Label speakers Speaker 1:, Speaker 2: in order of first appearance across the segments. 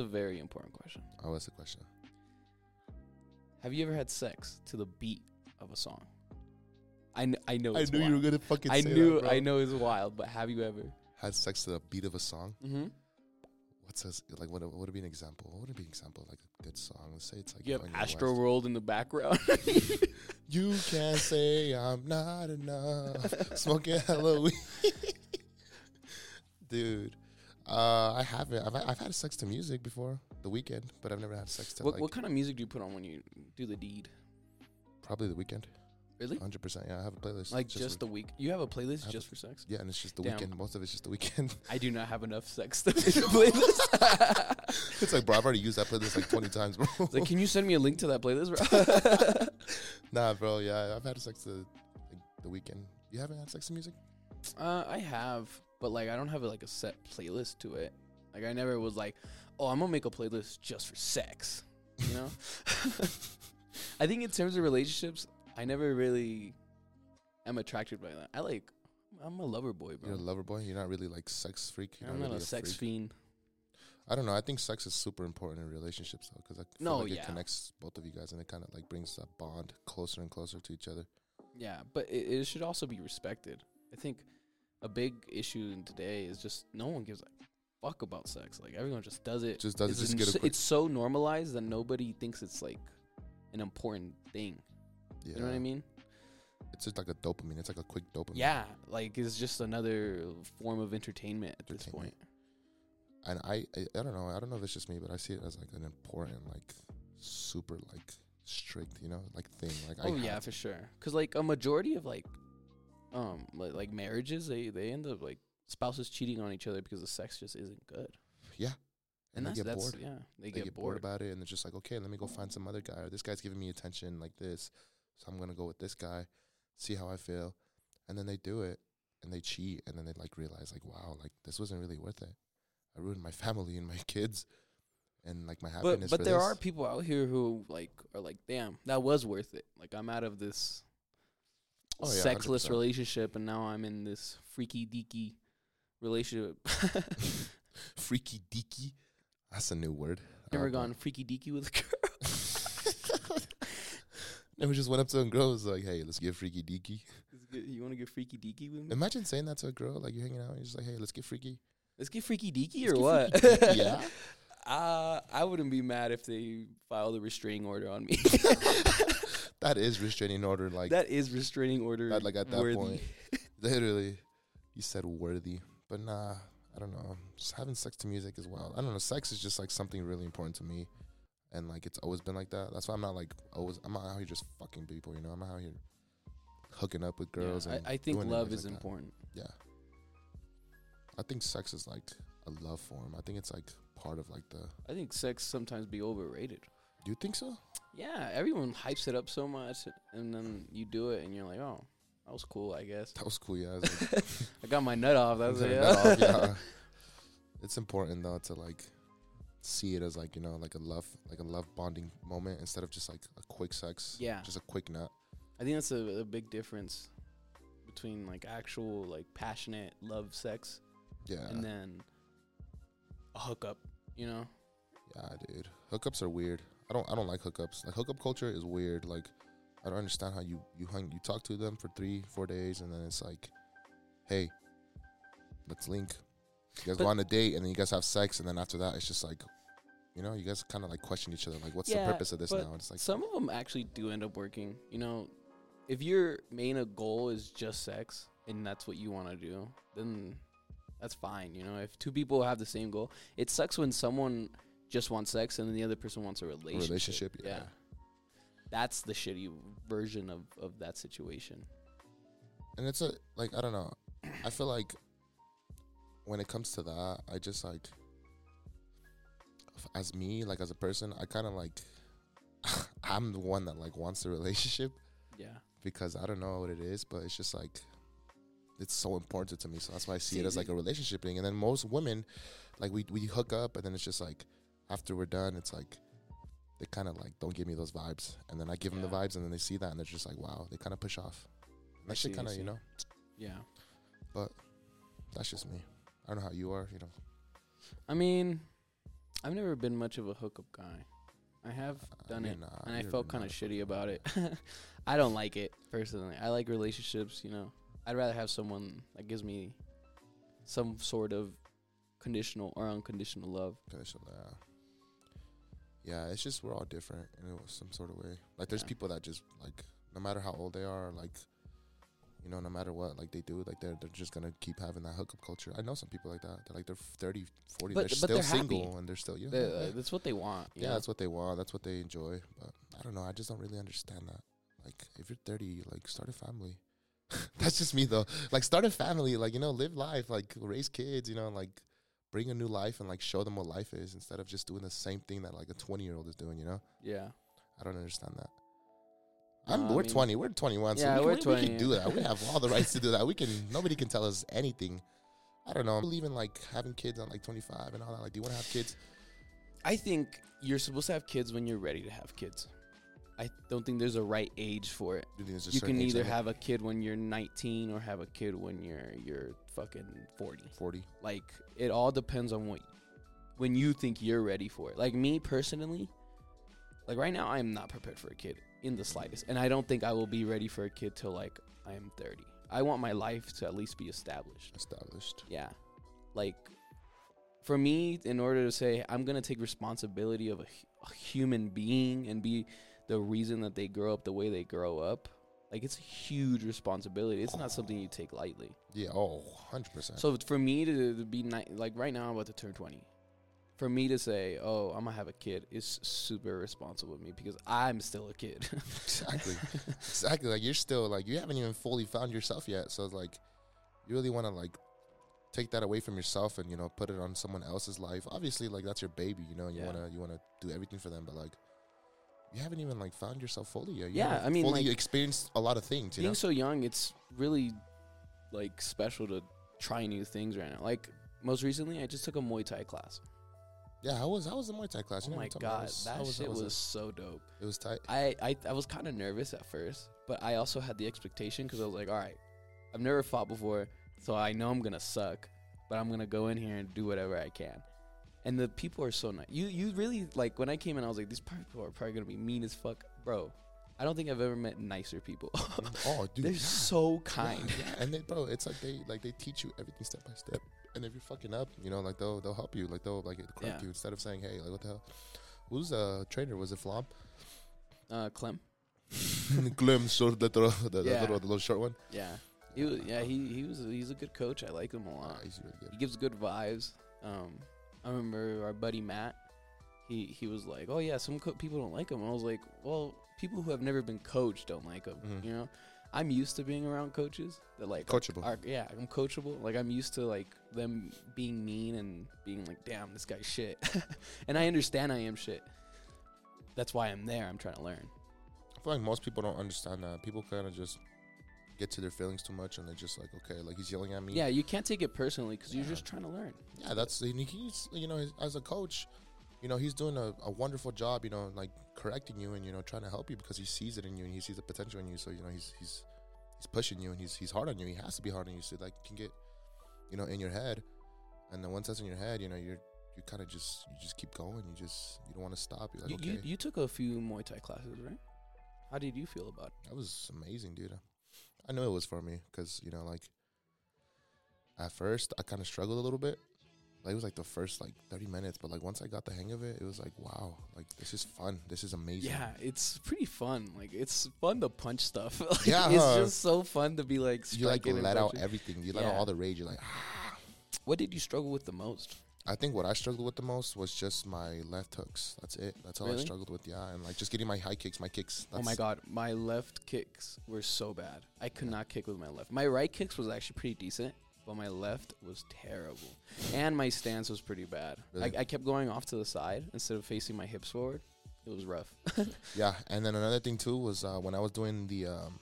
Speaker 1: important question.
Speaker 2: Oh, what's the question?
Speaker 1: Have you ever had sex to the beat of a song? I, kn- I know
Speaker 2: I
Speaker 1: it's
Speaker 2: knew you were
Speaker 1: wild.
Speaker 2: gonna fucking.
Speaker 1: I
Speaker 2: say that,
Speaker 1: knew
Speaker 2: bro.
Speaker 1: I know it's wild, but have you ever?
Speaker 2: Had sex to the beat of a song.
Speaker 1: Mm-hmm.
Speaker 2: What's this? Like, what, what would be an example? What would be an example? of, Like a good song. Let's say it's like
Speaker 1: You have
Speaker 2: Kanye
Speaker 1: Astro
Speaker 2: West.
Speaker 1: World in the background.
Speaker 2: You can't say I'm not enough. Smoking Halloween. Dude. Uh, I haven't. I've, I've had sex to music before, the weekend, but I've never had sex to
Speaker 1: what,
Speaker 2: like
Speaker 1: what kind of music do you put on when you do the deed?
Speaker 2: probably the weekend.
Speaker 1: Really?
Speaker 2: 100%. Yeah, I have a playlist.
Speaker 1: Like
Speaker 2: It's
Speaker 1: just, the week? You have a playlist
Speaker 2: have
Speaker 1: just for sex?
Speaker 2: Yeah, and it's just the
Speaker 1: Damn.
Speaker 2: weekend. Most of it's just the weekend.
Speaker 1: I do not have enough sex to make a playlist.
Speaker 2: it's like, bro, I've already used that playlist like 20 times, bro.
Speaker 1: It's like, can you send me a link to that playlist, bro?
Speaker 2: nah, bro, yeah, I've had sex to like, the weekend. You haven't had sex to music?
Speaker 1: uh, I have, but like, I don't have like a set playlist to it. Like, I never was like, oh, I'm gonna make a playlist just for sex. You know? I think in terms of relationships, I never really am attracted by that. I like, I'm a lover boy, bro.
Speaker 2: You're a lover boy. You're not really like sex freak. You're
Speaker 1: I'm not
Speaker 2: really
Speaker 1: a sex
Speaker 2: freak.
Speaker 1: fiend.
Speaker 2: I don't know. I think sex is super important in relationships though, because I feel
Speaker 1: No,
Speaker 2: like
Speaker 1: yeah.
Speaker 2: it connects both of you guys and it kind of like brings that bond closer and closer to each other.
Speaker 1: Yeah, but it, it should also be respected. I think a big issue in today is just no one gives a fuck about sex. Like everyone just does it.
Speaker 2: Just does it,
Speaker 1: It's
Speaker 2: just
Speaker 1: in-
Speaker 2: get a quick-
Speaker 1: it's so normalized that nobody thinks it's like an important thing.
Speaker 2: Yeah,
Speaker 1: You know what I mean?
Speaker 2: It's just like a dopamine. It's like a quick dopamine.
Speaker 1: Yeah, like it's just another form of entertainment at this point.
Speaker 2: Entertainment. and I, I, I don't know. I don't know if it's just me, but I see it as like an important, like super, like strict, you know, like thing. Like
Speaker 1: oh
Speaker 2: I
Speaker 1: yeah,
Speaker 2: have-
Speaker 1: for sure. Because like a majority of like, um, like, like marriages, they they end up like spouses cheating on each other because the sex just isn't good,
Speaker 2: yeah.
Speaker 1: and,
Speaker 2: And,
Speaker 1: that's
Speaker 2: they get
Speaker 1: that's
Speaker 2: bored.
Speaker 1: yeah, they,
Speaker 2: They,
Speaker 1: get, bored.
Speaker 2: about it, and they're just like, okay, let me go find some other guy. Or this guy's giving me attention like this, so I'm gonna go with this guy, see how I feel, and then they do it, and they cheat, and then they like realize like, wow, like this wasn't really worth it. I ruined my family and my kids, and like my happiness.
Speaker 1: but but
Speaker 2: for
Speaker 1: there
Speaker 2: this.
Speaker 1: are people out here who like are like, damn, that was worth it. Like I'm out of this
Speaker 2: Oh, yeah,
Speaker 1: sexless
Speaker 2: 100%.
Speaker 1: relationship, and now I'm in this freaky deaky relationship.
Speaker 2: freaky deaky. That's a new word. Uh, I
Speaker 1: Never
Speaker 2: don't know.
Speaker 1: gone freaky deaky with a girl.
Speaker 2: Never just went up to a girl. Was like, hey, let's get freaky deaky.
Speaker 1: Let's get- you want to get freaky deaky with me?
Speaker 2: Imagine saying that to a girl like you're hanging out. And you're just like, hey, let's get freaky.
Speaker 1: Let's get freaky deaky
Speaker 2: Let's
Speaker 1: or
Speaker 2: get
Speaker 1: what?
Speaker 2: freaky deaky, yeah.
Speaker 1: Uh, I wouldn't be mad if they filed a restraining order on me.
Speaker 2: That is restraining order. Like
Speaker 1: that is restraining order.
Speaker 2: That, like, at that
Speaker 1: worthy.
Speaker 2: point. Literally, you said worthy, but nah, I don't know. Just having sex to music as well. I don't know. Sex is just like something really important to me, and like it's always been like that. That's why I'm not like always. I'm not out here just fucking people. You know, I'm not out here hooking up with
Speaker 1: Yeah,
Speaker 2: girls. and
Speaker 1: I, I think
Speaker 2: doing
Speaker 1: love
Speaker 2: anything
Speaker 1: is
Speaker 2: like that.
Speaker 1: important.
Speaker 2: Yeah, I think sex is like a love form. I think it's like part of like the.
Speaker 1: I think sex sometimes be overrated.
Speaker 2: Do you think so?
Speaker 1: Yeah, everyone hypes it up so much, and then you do it, and you're like, oh, that was cool, I guess.
Speaker 2: That was cool. Yeah, I was like,
Speaker 1: I got my nut off. That was it.
Speaker 2: Turn that off, yeah. It's important though to like see it as like you know like a love like a love bonding moment instead of just like a quick sex,
Speaker 1: yeah.
Speaker 2: just a quick nut.
Speaker 1: I think that's a, a big difference between like actual like passionate love sex
Speaker 2: Yeah,
Speaker 1: and then a hookup. You know,
Speaker 2: yeah, dude. Hookups are weird. I don't I don't like hookups. Like hookup culture is weird. Like I don't understand how you you hung you talk to them for three four days and then it's like, hey, let's link. You guys
Speaker 1: But-
Speaker 2: go on a date and then you guys have sex and then after that it's just like, you know, you guys kind of like question each other like, what's
Speaker 1: Yeah,
Speaker 2: the purpose of this
Speaker 1: but
Speaker 2: now? And it's like
Speaker 1: some of them actually do end up working. You know, if your main uh, goal is just sex and that's what you want to do, then that's fine. You know, if two people have the same goal, it sucks when someone just wants sex and then the other person wants a
Speaker 2: a
Speaker 1: relationship.
Speaker 2: relationship,
Speaker 1: yeah. That's the shitty version of, of that situation.
Speaker 2: and it's a like I don't know. I feel like when it comes to that, I just like f- as me, like as a person, I kind of like I'm the one that like wants the relationship
Speaker 1: Yeah.
Speaker 2: because I don't know what it is, but it's just like it's so important to me. So that's why I see, it
Speaker 1: See,
Speaker 2: as like a relationship thing. And then most women, like we we hook up, and then it's just like after we're done, it's like they kind of like don't give me those vibes, and then I give them the
Speaker 1: Yeah.
Speaker 2: vibes, and then they see that, and they're just like, wow, they kind of push off. And
Speaker 1: I
Speaker 2: that
Speaker 1: see,
Speaker 2: shit
Speaker 1: I
Speaker 2: kind of you
Speaker 1: see.
Speaker 2: know
Speaker 1: Yeah.
Speaker 2: that's just me. I don't know how you are, you know.
Speaker 1: I mean, I've never been much of a hookup guy. I have done it, and I felt kind of shitty about it. I don't like it personally. I like relationships. You know, I'd rather have someone that gives me some sort of conditional or unconditional love.
Speaker 2: Conditional, yeah. Yeah, it's just we're all different in a- some sort of way. Like there's
Speaker 1: Yeah.
Speaker 2: people that just like no matter how old they are, like you know, no matter what, like they do, like they're they're just gonna keep having that hookup culture. I know some people like that. They're like they're 30, 40,
Speaker 1: But-
Speaker 2: they're
Speaker 1: but
Speaker 2: still
Speaker 1: they're
Speaker 2: single
Speaker 1: happy.
Speaker 2: and they're still yeah.
Speaker 1: They-
Speaker 2: yeah.
Speaker 1: uh, that's what they want.
Speaker 2: yeah,
Speaker 1: Yeah.
Speaker 2: that's what they want. That's what they enjoy. But I don't know. I just don't really understand that. Like, if you're 30, like, start a family. that's just me, though. Like, start a family. Like, you know, live life. Like, raise kids, you know, and, like, bring a new life and, like, show them what life is instead of just doing the same thing that, like, a 20 year old is doing, you know?
Speaker 1: yeah.
Speaker 2: I don't understand that. I'm,
Speaker 1: No, I
Speaker 2: we're
Speaker 1: mean-
Speaker 2: 20. We're 21.
Speaker 1: Yeah,
Speaker 2: so we,
Speaker 1: we're
Speaker 2: we, we
Speaker 1: 20,
Speaker 2: can do
Speaker 1: yeah.
Speaker 2: that. We have all the rights to do that. We can, nobody can tell us anything. I don't know. I believe in, like, having kids on, like, 25 and all that. Like, do you want to have kids?
Speaker 1: I think you're supposed to have kids when you're ready to have kids. I don't think there's a right age for it.
Speaker 2: Do you think there's a
Speaker 1: You
Speaker 2: certain
Speaker 1: can
Speaker 2: age
Speaker 1: either
Speaker 2: limit?
Speaker 1: have a kid when you're 19 or have a kid when you're you're fucking 40.
Speaker 2: 40.
Speaker 1: Like it all depends on what when you think you're ready for it. Like me personally, like right now I am not prepared for a kid in the slightest, and I don't think I will be ready for a kid till like I am 30. I want my life to at least be established.
Speaker 2: established.
Speaker 1: Yeah. Like, for me, in order to say I'm going to take responsibility of a, hu- a human being and be the reason that they grow up the way they grow up, like, it's a huge responsibility. It's not something you take lightly.
Speaker 2: Yeah, oh, 100%.
Speaker 1: So, for me to, to be ni- like, right now, I'm about to turn 20. For me to say, oh, I'm going to have a kid is super responsible of me because I'm still a kid.
Speaker 2: exactly. exactly. Like, you're still, like, you haven't even fully found yourself yet. So, it's like, you really want to, like, take that away from yourself and, you know, put it on someone else's life. Obviously, like, that's your baby, you know, and you
Speaker 1: Yeah.
Speaker 2: want to you want to do everything for them, but, like, you haven't even, like, found yourself fully yet. You
Speaker 1: Yeah,
Speaker 2: haven't
Speaker 1: I mean,
Speaker 2: fully
Speaker 1: like-
Speaker 2: experienced a lot of things, you
Speaker 1: being
Speaker 2: know?
Speaker 1: so young, it's really like special to try new things right now. Like most recently, I just took a Muay Thai class.
Speaker 2: Yeah, how was, how was the Muay Thai class?
Speaker 1: Oh
Speaker 2: You never
Speaker 1: my
Speaker 2: told me. How
Speaker 1: god,
Speaker 2: was-
Speaker 1: that
Speaker 2: how was- how
Speaker 1: shit
Speaker 2: was
Speaker 1: was,
Speaker 2: it?
Speaker 1: so dope.
Speaker 2: It was tight.
Speaker 1: I I, I was kind of nervous at first, but I also had the expectation because I was like, all right, I've never fought before, so I know I'm gonna suck, but I'm gonna go in here and do whatever I can. And the people are so nice. You you really like when I came in, I was like, these people are probably gonna be mean as fuck, bro. I don't think I've ever met nicer people.
Speaker 2: oh, dude.
Speaker 1: They're
Speaker 2: yeah.
Speaker 1: so
Speaker 2: Yeah,
Speaker 1: kind.
Speaker 2: yeah, and they, bro, it's like they like they teach you everything step by step. And if you're fucking up, you know, like they'll they'll help you, like they'll like correct
Speaker 1: Yeah.
Speaker 2: you instead of saying, "Hey, like what the hell." Who's a trainer? Was it Flom?
Speaker 1: Uh, Clem.
Speaker 2: Glim, short, the, the, the,
Speaker 1: Yeah.
Speaker 2: little, the little short one.
Speaker 1: Yeah. He was, yeah, he he was he's a good coach. I like him a
Speaker 2: Ah,
Speaker 1: lot.
Speaker 2: he's really
Speaker 1: He
Speaker 2: good.
Speaker 1: gives good vibes. Um, I remember our buddy Matt. He he was like, "Oh yeah, some co- people don't like him." I was like, "Well, people who have never been coached don't like him."
Speaker 2: Mhm.
Speaker 1: You know, I'm used to being around coaches that like
Speaker 2: Coachable.
Speaker 1: are yeah, I'm coachable. Like I'm used to like them being mean and being like, "Damn, this guy's shit," and I understand I am shit. That's why I'm there. I'm trying to learn.
Speaker 2: I feel like most people don't understand that. People kind of just get to their feelings too much, and they're just like, "Okay, like he's yelling at me."
Speaker 1: Yeah, you can't take it personally because you're
Speaker 2: Yeah.
Speaker 1: just trying to learn.
Speaker 2: yeah. That's and he's you know he's, as a coach, you know he's doing a, a wonderful job. You know, like correcting you and you know trying to help you because he sees it in you and he sees the potential in you. So you know he's he's he's pushing you and he's he's hard on you. He has to be hard on you so that can get you know in your head. And then once that's in your head, you know you're you kind of just you just keep going. You just you don't want to stop. You're like
Speaker 1: you,
Speaker 2: okay,
Speaker 1: you you took a few Muay Thai classes, right? How did you feel about
Speaker 2: that was amazing, dude. I knew it was for me because you know like at first I kind of struggled a little bit. Like it was like the first like 30 minutes, but like once I got the hang of it, it was like wow, like this is fun. This is
Speaker 1: it?
Speaker 2: amazing.
Speaker 1: Yeah, it's pretty fun. Like it's fun to punch stuff. Like,
Speaker 2: Yeah,
Speaker 1: it's
Speaker 2: huh?
Speaker 1: just so fun to be like.
Speaker 2: You like
Speaker 1: striking and
Speaker 2: let out
Speaker 1: punching.
Speaker 2: everything. You let out
Speaker 1: Yeah.
Speaker 2: all the rage. You're like, "Ah."
Speaker 1: What did you struggle with the most?
Speaker 2: I think what I struggled with the most was just my left hooks. That's it. That's all I
Speaker 1: Really?
Speaker 2: struggled with. Yeah, and like just getting my high kicks, my kicks. That's
Speaker 1: oh my god, my left kicks were so bad. I could not kick with my left. My right kicks was actually pretty decent, but my left was terrible, and my stance was pretty bad.
Speaker 2: Really?
Speaker 1: I, I kept going off to the side instead of facing my hips forward. It was rough.
Speaker 2: Yeah, and then another thing too was uh, when I was doing the um,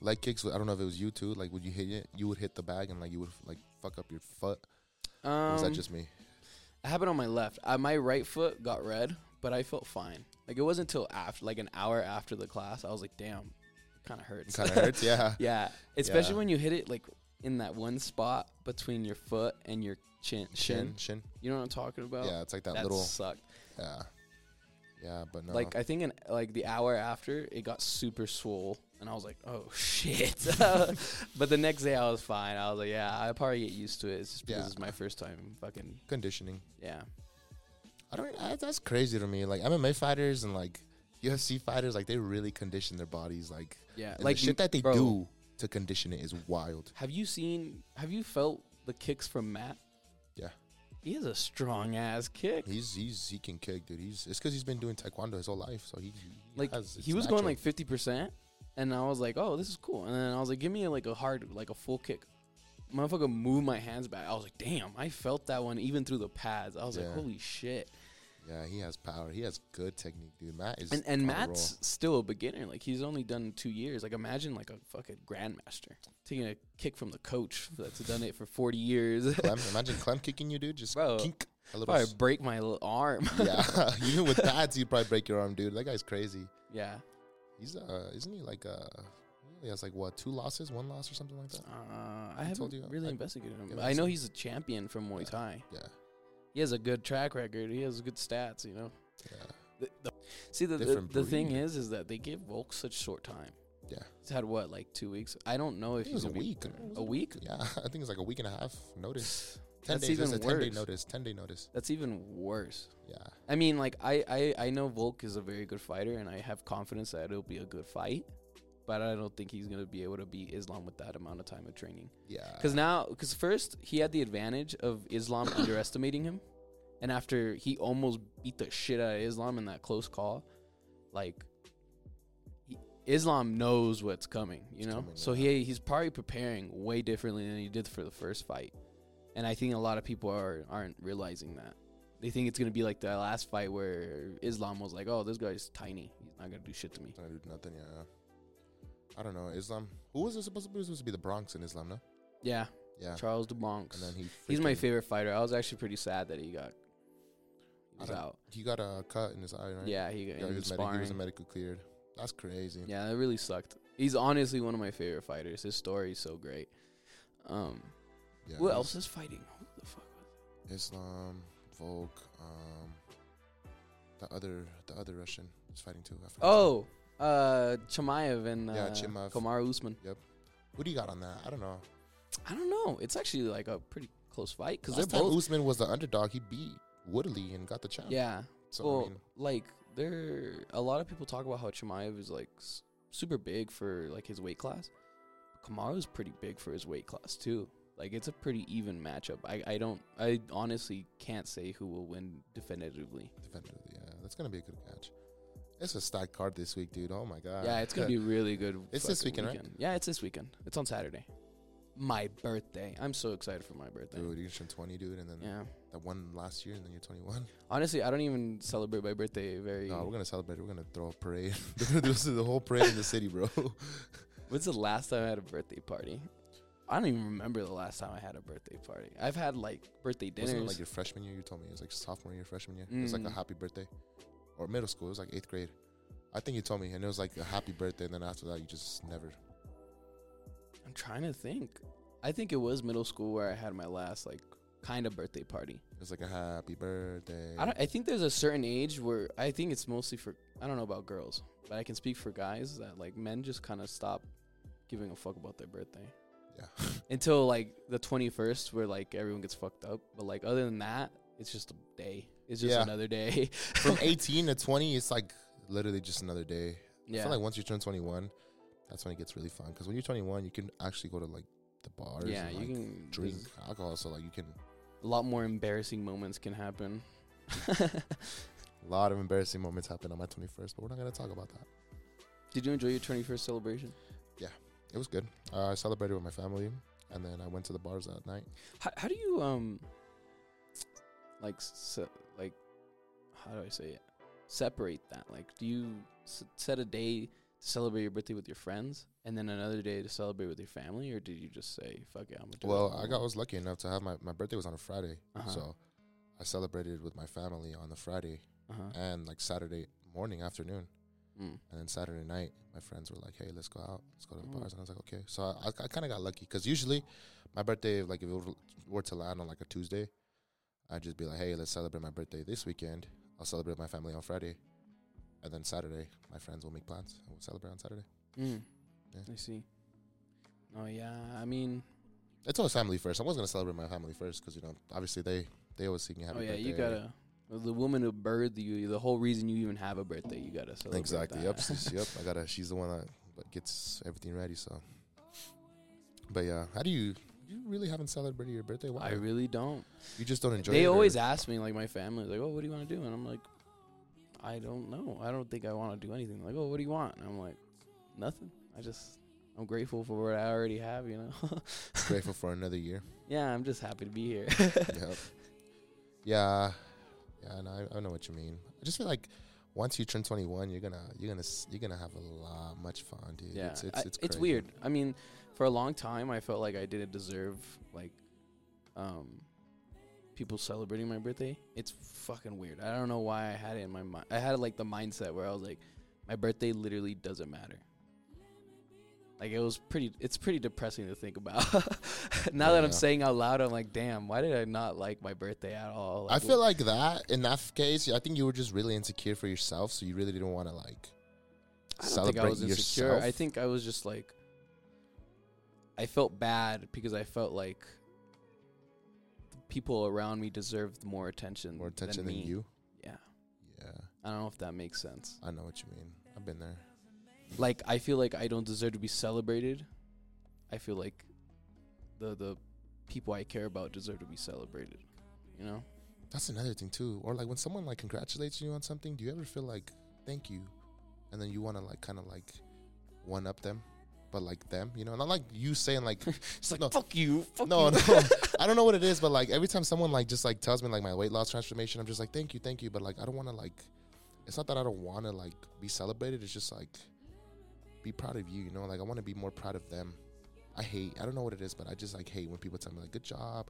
Speaker 2: leg kicks. I don't know if it was you too. Like, would you hit it? You would hit the bag and like you would like fuck up your foot.
Speaker 1: Um,
Speaker 2: Or was that just me?
Speaker 1: It happened on my left. Uh, my right foot got red, but I felt fine. Like it wasn't until after, like an hour after the class, I was like, "Damn, it kind of
Speaker 2: It
Speaker 1: hurts."
Speaker 2: kind of hurts. Yeah.
Speaker 1: yeah, especially
Speaker 2: Yeah.
Speaker 1: when you hit it like in that one spot between your foot and your chin. Shin.
Speaker 2: Shin, shin.
Speaker 1: You know what I'm talking about?
Speaker 2: yeah, it's like that
Speaker 1: that
Speaker 2: little.
Speaker 1: sucked.
Speaker 2: Yeah, yeah, but no.
Speaker 1: Like uh, I think in like the hour after, it got super swole, and I was like, "Oh shit!" but the next day, I was fine. I was like, "Yeah, I probably get used to it. It's just because
Speaker 2: Yeah.
Speaker 1: it's my first time. Fucking
Speaker 2: conditioning.
Speaker 1: yeah,
Speaker 2: I don't. I, that's crazy to me. Like MMA fighters and like UFC fighters, like they really condition their bodies. Like,
Speaker 1: yeah."
Speaker 2: like the shit that they
Speaker 1: bro,
Speaker 2: do to condition it is wild.
Speaker 1: Have you seen? Have you felt the kicks from Matt?
Speaker 2: Yeah.
Speaker 1: he has a strong ass kick.
Speaker 2: He's he's he can kick, dude. He's it's because he's been doing taekwondo his whole life, so he, he
Speaker 1: like
Speaker 2: has- it's
Speaker 1: he was going
Speaker 2: natural.
Speaker 1: like 50% and i was like oh this is cool and then i was like give me like a hard like a full kick motherfucker moved my hands back i was like damn i felt that one even through the pads i was like
Speaker 2: Yeah.
Speaker 1: holy shit
Speaker 2: yeah, he has power. He has good technique, dude. Matt is
Speaker 1: and,
Speaker 2: on
Speaker 1: and
Speaker 2: a
Speaker 1: matt's still a beginner like he's only done two years like imagine like a fucking grandmaster taking a kick from the coach that's done it for 40 years
Speaker 2: roll. Clem, imagine Clem kicking you, dude. Just
Speaker 1: Bro,
Speaker 2: kink a little.
Speaker 1: probably
Speaker 2: s-
Speaker 1: break my little arm
Speaker 2: yeah, even with pads, you probably break your arm, dude. That guy's crazy.
Speaker 1: yeah
Speaker 2: He's uh, isn't he like uh, he has like what two losses, one loss or something like that?
Speaker 1: uh, i haven't
Speaker 2: told you,
Speaker 1: really
Speaker 2: I-
Speaker 1: investigated him
Speaker 2: yeah,
Speaker 1: but i
Speaker 2: that's
Speaker 1: know
Speaker 2: him.
Speaker 1: he's a champion from muay
Speaker 2: Yeah.
Speaker 1: thai
Speaker 2: Yeah,
Speaker 1: he has a good track record he has good stats you know
Speaker 2: yeah.
Speaker 1: The, the, see, the, the,
Speaker 2: Different
Speaker 1: the thing
Speaker 2: breed.
Speaker 1: is, is that they give Volk such short time.
Speaker 2: Yeah.
Speaker 1: He's had what, like two weeks? I don't know if
Speaker 2: think it
Speaker 1: he's
Speaker 2: was a
Speaker 1: gonna be-
Speaker 2: week. It was
Speaker 1: A week?
Speaker 2: Yeah, I think it's like a week and a half notice. Ten
Speaker 1: That's
Speaker 2: days. That's
Speaker 1: even
Speaker 2: a ten day
Speaker 1: worse.
Speaker 2: notice. Ten day notice.
Speaker 1: That's even worse.
Speaker 2: Yeah,
Speaker 1: I mean, like, I, I, I know Volk is a very good fighter, and I have confidence that it'll be a good fight. But I don't think he's going to be able to beat Islam with that amount of time of training.
Speaker 2: yeah.
Speaker 1: Because now, because first, he had the advantage of Islam underestimating him. And after he almost beat the shit out of Islam in that close call, like, he- Islam knows what's coming, you
Speaker 2: It's
Speaker 1: know?
Speaker 2: coming,
Speaker 1: so
Speaker 2: yeah.
Speaker 1: he he's probably preparing way differently than he did for the first fight. And I think a lot of people are, aren't realizing that. They think it's going to be like that last fight where Islam was like, oh, this guy's tiny. He's not going to do shit to me.
Speaker 2: I do nothing. Yeah. I don't know Islam. Who was it supposed to be? It was supposed to be the Bronx in Islam, no?
Speaker 1: Yeah,
Speaker 2: Yeah.
Speaker 1: Charles DeBronx.
Speaker 2: And then he.
Speaker 1: He's my
Speaker 2: freaking-
Speaker 1: favorite fighter. I was actually pretty sad that he got he
Speaker 2: I
Speaker 1: was
Speaker 2: don't-
Speaker 1: out.
Speaker 2: He got a cut in his eye, right?
Speaker 1: Yeah, he
Speaker 2: Yeah,
Speaker 1: got
Speaker 2: he,
Speaker 1: he
Speaker 2: was medic- he
Speaker 1: sparring.
Speaker 2: was medical cleared. That's crazy.
Speaker 1: yeah, that really sucked. He's honestly one of my favorite fighters. His story is so great. Um,
Speaker 2: Yeah,
Speaker 1: who
Speaker 2: he's-
Speaker 1: else is fighting? Who the fuck? was-
Speaker 2: Islam, Volk, um, the other, the other Russian is fighting too. I forgot his name.
Speaker 1: Oh, uh, Chimaev and uh,
Speaker 2: Yeah, Chimaev.
Speaker 1: Kamaru Usman.
Speaker 2: who do you got on that? I don't know.
Speaker 1: I don't know. It's actually like a pretty close fight because
Speaker 2: Because
Speaker 1: they're
Speaker 2: last time
Speaker 1: both.
Speaker 2: Usman was the underdog, he beat Woodley and got the champ.
Speaker 1: Yeah.
Speaker 2: So
Speaker 1: well,
Speaker 2: I mean,
Speaker 1: like there, a lot of people talk about how Chimaev is like s- super big for like his weight class. Kamaru's pretty big for his weight class too. Like it's a pretty even matchup. I, I don't I honestly can't say who will win definitively.
Speaker 2: definitively, yeah, that's gonna be a good match. It's a stacked card this week, dude. Oh my god.
Speaker 1: yeah, it's gonna be really good.
Speaker 2: It's this
Speaker 1: fucking
Speaker 2: weekend, right?
Speaker 1: Yeah, it's this weekend. It's on Saturday. My birthday. I'm so excited for my birthday.
Speaker 2: Dude, you turn 20, dude, and then
Speaker 1: Yeah.
Speaker 2: that one last year, and then you're 21.
Speaker 1: Honestly, I don't even celebrate my birthday very.
Speaker 2: No, we're gonna celebrate. We're gonna throw a parade. We're gonna do the whole parade in the city, bro.
Speaker 1: When's the last time I had a birthday party? I don't even remember the last time I had a birthday party. I've had like birthday dinners.
Speaker 2: Wasn't it like your freshman year? You told me it was like sophomore year, freshman year. It was like a
Speaker 1: Mm.
Speaker 2: happy birthday, or middle school. It was like eighth grade. I think you told me, and it was like a happy birthday, and then after that, you just never.
Speaker 1: I'm trying to think. I think it was middle school where I had my last like kind of birthday party.
Speaker 2: It was like a happy birthday.
Speaker 1: I, don't, I think there's a certain age where I think it's mostly for I don't know about girls, but I can speak for guys that like men just kind of stop giving a fuck about their birthday
Speaker 2: yeah.
Speaker 1: until like the 21st where like everyone gets fucked up. But like other than that, it's just a day. It's just
Speaker 2: Yeah.
Speaker 1: another day.
Speaker 2: From 18 to 20, it's like literally just another day. I
Speaker 1: yeah.
Speaker 2: feel like once you turn 21, that's when it gets really fun. Because when you're 21, you can actually go to like the bars.
Speaker 1: yeah,
Speaker 2: and,
Speaker 1: you
Speaker 2: like,
Speaker 1: can
Speaker 2: drink
Speaker 1: there's
Speaker 2: alcohol. So like you can
Speaker 1: A lot more embarrassing moments can happen.
Speaker 2: a lot of embarrassing moments happen on my 21st, but we're not gonna talk about that.
Speaker 1: Did you enjoy your 21st celebration?
Speaker 2: It was good. Uh, I celebrated with my family, and then I went to the bars that night.
Speaker 1: How, how do you um like se- like how do I say it? Separate that. Like, do you s- set a day to celebrate your birthday with your friends, and then another day to celebrate with your family, or did you just say fuck it, I'm gonna do it
Speaker 2: Well,
Speaker 1: all
Speaker 2: I
Speaker 1: alone"?
Speaker 2: got was lucky enough to have my my birthday was on a Friday,
Speaker 1: Uh-huh.
Speaker 2: so I celebrated with my family on the Friday
Speaker 1: Uh-huh.
Speaker 2: and like Saturday morning afternoon.
Speaker 1: Mm.
Speaker 2: And then Saturday night, my friends were like, "Hey, let's go out. Let's go to the
Speaker 1: Mm.
Speaker 2: bars." And I was like, "Okay." So I, I, kind of got lucky because usually, my birthday, like if it were- were to land on like a Tuesday, I'd just be like, "Hey, let's celebrate my birthday this weekend. I'll celebrate my family on Friday, and then Saturday, my friends will make plans and we'll celebrate on Saturday."
Speaker 1: Mm.
Speaker 2: Yeah.
Speaker 1: I see. Oh yeah, I mean,
Speaker 2: It's always family first. I was gonna celebrate my family first because you know, obviously they they always sing you happy
Speaker 1: oh yeah,
Speaker 2: birthday.
Speaker 1: you gotta. The woman who birthed you, the whole reason you even have a birthday, you gotta celebrate.
Speaker 2: Exactly.
Speaker 1: that.
Speaker 2: Yep. sis, yep. I gotta. She's the one that that gets everything ready. So. But yeah, how do you? You really haven't celebrated your birthday? Why?
Speaker 1: I really don't.
Speaker 2: you just don't enjoy.
Speaker 1: they
Speaker 2: it or-
Speaker 1: always ask me, like my family, like, "Oh, what do you want to do?" And I'm like, "I don't know. I don't think I want to do anything." Like, "Oh, what do you want?" And I'm like, "Nothing. I just I'm grateful for what I already have." You know?
Speaker 2: grateful for another year.
Speaker 1: yeah, I'm just happy to be here.
Speaker 2: yep. Yeah. Yeah. No, I, I know what you mean. I just feel like once you turn 21, you're gonna you're gonna s- you're gonna have a lot much fun, dude.
Speaker 1: yeah,
Speaker 2: It's it's,
Speaker 1: I-
Speaker 2: it's,
Speaker 1: it's
Speaker 2: crazy.
Speaker 1: weird. I mean, for a long time, I felt like I didn't deserve like um people celebrating my birthday. It's fucking weird. I don't know why I had it in my mind. I had like the mindset where I was like, my birthday literally doesn't matter. Like it was pretty. It's pretty depressing to think about. now that
Speaker 2: Yeah.
Speaker 1: I'm saying out loud, I'm like, damn, why did I not like my birthday at all?
Speaker 2: I
Speaker 1: Like,
Speaker 2: feel like that in that f- case, I think you were just really insecure for yourself, so you really didn't want to like
Speaker 1: I don't think I
Speaker 2: celebrate
Speaker 1: was insecure. I
Speaker 2: yourself?
Speaker 1: think I was just like I felt bad because I felt like the people around me deserved more attention.
Speaker 2: more attention than
Speaker 1: me.
Speaker 2: you.
Speaker 1: Yeah.
Speaker 2: Yeah,
Speaker 1: I don't know if that makes sense.
Speaker 2: I know what you mean. I've been there.
Speaker 1: Like I feel like I don't deserve to be celebrated. I feel like the the people I care about deserve to be celebrated. You know?
Speaker 2: That's another thing too. Or like when someone like congratulates you on something, do you ever feel like thank you, and then you want to like kind of like one up them, but like them, you know, not like you saying like
Speaker 1: It's like
Speaker 2: No.
Speaker 1: fuck you. Fuck
Speaker 2: no,
Speaker 1: you.
Speaker 2: no. I don't know what it is, but like every time someone like just like tells me like my weight loss transformation, I'm just like thank you, thank you, but like I don't want to like. It's not that I don't want to like be celebrated. It's just like be proud of you, you know. Like I want to be more proud of them. I hate. I don't know what it is, but I just like hate when people tell me like good job,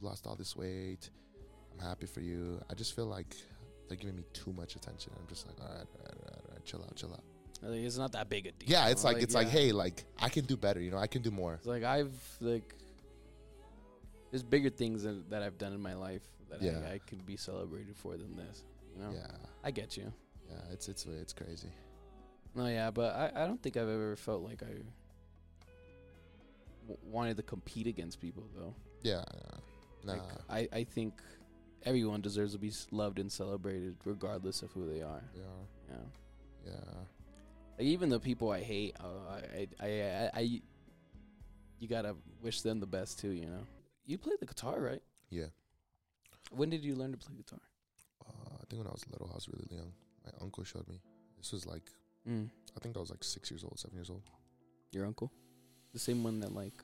Speaker 2: you lost all this weight. I'm happy for you. I just feel like they're giving me too much attention. I'm just like all right, all right, all right, all right chill out, chill out.
Speaker 1: Like, it's not that big a deal.
Speaker 2: Yeah, it's like, it's like
Speaker 1: yeah.
Speaker 2: hey, like I can do better. You know, I can do more.
Speaker 1: It's like I've like there's bigger things that, that I've done in my life that
Speaker 2: Yeah.
Speaker 1: I, I could be celebrated for than this. You know,
Speaker 2: Yeah,
Speaker 1: I get you.
Speaker 2: yeah. It's it's it's crazy.
Speaker 1: No, yeah, but I, I don't think I've ever felt like I w- wanted to compete against people though.
Speaker 2: Yeah, nah.
Speaker 1: Like, I I think everyone deserves to be s- loved and celebrated regardless of who they are.
Speaker 2: yeah,
Speaker 1: Yeah,
Speaker 2: yeah.
Speaker 1: like even the people I hate, uh, I, I I I I you gotta wish them the best too. You know, you play the guitar right?
Speaker 2: Yeah.
Speaker 1: When did you learn to play guitar?
Speaker 2: Uh, I think when I was little, I was really young. My uncle showed me. This was like
Speaker 1: Mm.
Speaker 2: I think I was like six years old, seven years old.
Speaker 1: Your uncle? The same one that like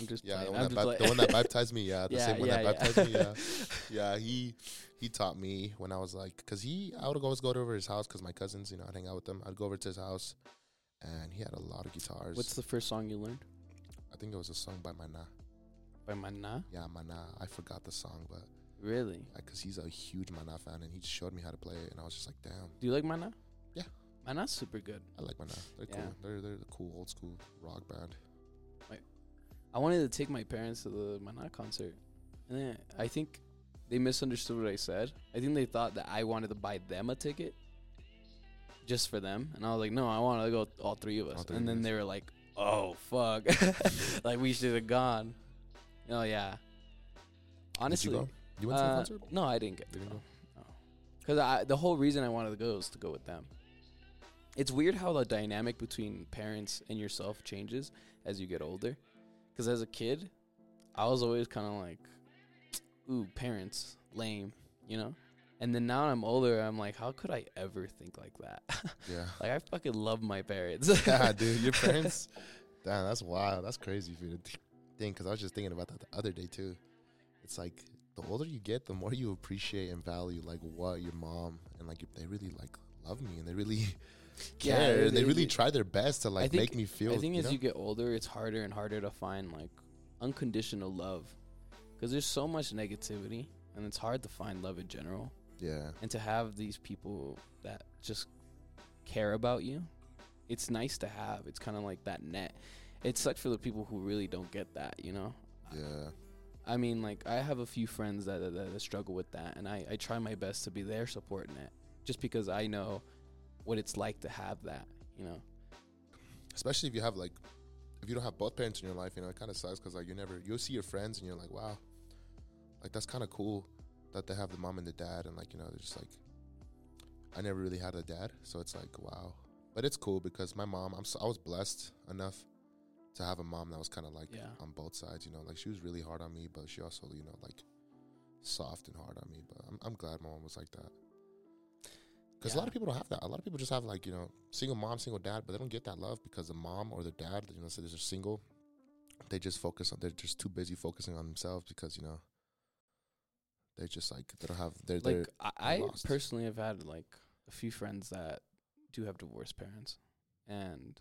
Speaker 1: I'm just
Speaker 2: yeah, the
Speaker 1: playing.
Speaker 2: one,
Speaker 1: I'm
Speaker 2: that
Speaker 1: just
Speaker 2: bap-
Speaker 1: like-
Speaker 2: the one that baptized me. Yeah, the
Speaker 1: Yeah,
Speaker 2: same one
Speaker 1: yeah,
Speaker 2: that baptized me. Yeah, yeah. He he taught me when I was like, cause he I would always go over to his house, cause my cousins, you know, I'd hang out with them. I'd go over to his house, and he had a lot of guitars.
Speaker 1: What's the first song you learned?
Speaker 2: I think it was a song by Mana.
Speaker 1: By Mana?
Speaker 2: Yeah, Mana. I forgot the song, but
Speaker 1: Really?
Speaker 2: because he's a huge Mana fan, and he just showed me how to play it, and I was just like, damn.
Speaker 1: Do you like Mana?
Speaker 2: Yeah.
Speaker 1: Mana's super good.
Speaker 2: I like Maná. They're
Speaker 1: Yeah.
Speaker 2: cool. They're they're the cool old school rock band.
Speaker 1: I wanted to take my parents to the Mana concert. And then I think they misunderstood what I said. I think they thought that I wanted to buy them a ticket just for them. And I was like, no, I want to go with all three of us.
Speaker 2: All three
Speaker 1: and
Speaker 2: of
Speaker 1: then
Speaker 2: us.
Speaker 1: they were like, oh, fuck. like, we should have gone. Oh, yeah. Honestly.
Speaker 2: Did you go? You went to the
Speaker 1: Uh,
Speaker 2: concert?
Speaker 1: No, I didn't get
Speaker 2: You
Speaker 1: to
Speaker 2: didn't
Speaker 1: go. Because I the whole reason I wanted to go was to go with them. It's weird how the dynamic between parents and yourself changes as you get older. Because as a kid, I was always kind of like, ooh, parents, lame, you know? And then now I'm older, I'm like, how could I ever think like that?
Speaker 2: Yeah.
Speaker 1: like, I fucking love my parents.
Speaker 2: yeah, dude, your parents. Damn, that's wild. That's crazy for you to th- think. Because I was just thinking about that the other day too. It's like the older you get, the more you appreciate and value like what your mom and like they really like love me and they really
Speaker 1: Yeah,
Speaker 2: care. and they
Speaker 1: it-
Speaker 2: really
Speaker 1: it-
Speaker 2: try their best to like
Speaker 1: think-
Speaker 2: make me feel.
Speaker 1: I think
Speaker 2: you
Speaker 1: as
Speaker 2: know?
Speaker 1: you get older, it's harder and harder to find like unconditional love because there's so much negativity and it's hard to find love in general.
Speaker 2: Yeah.
Speaker 1: and to have these people that just care about you it's nice to have it's kind of like that net it sucks for the people who really don't get that you know
Speaker 2: Yeah.
Speaker 1: i mean like i have a few friends that, that, that struggle with that and I, I try my best to be their support net just because i know what it's like to have that you know
Speaker 2: Especially if you have like, if you don't have both parents in your life, you know, it kind of sucks because like you never, you'll see your friends and you're like, wow, like that's kind of cool that they have the mom and the dad. And like, you know, they're just like, I never really had a dad. So it's like, wow. But it's cool because my mom, I'm so, I was blessed enough to have a mom that was kind of like
Speaker 1: Yeah.
Speaker 2: on both sides, you know, like she was really hard on me, but she also, you know, like soft and hard on me. But I'm, I'm glad my mom was like that. Because a lot
Speaker 1: Yeah.
Speaker 2: of people don't have that. A lot of people just have like you know single mom, single dad, but they don't get that love because the mom or the dad, you know, so they're just single. They just focus on. They're just too busy focusing on themselves because you know. They're just like they don't have. They're, they're
Speaker 1: like i, I
Speaker 2: lost.
Speaker 1: personally have had like a few friends that do have divorced parents and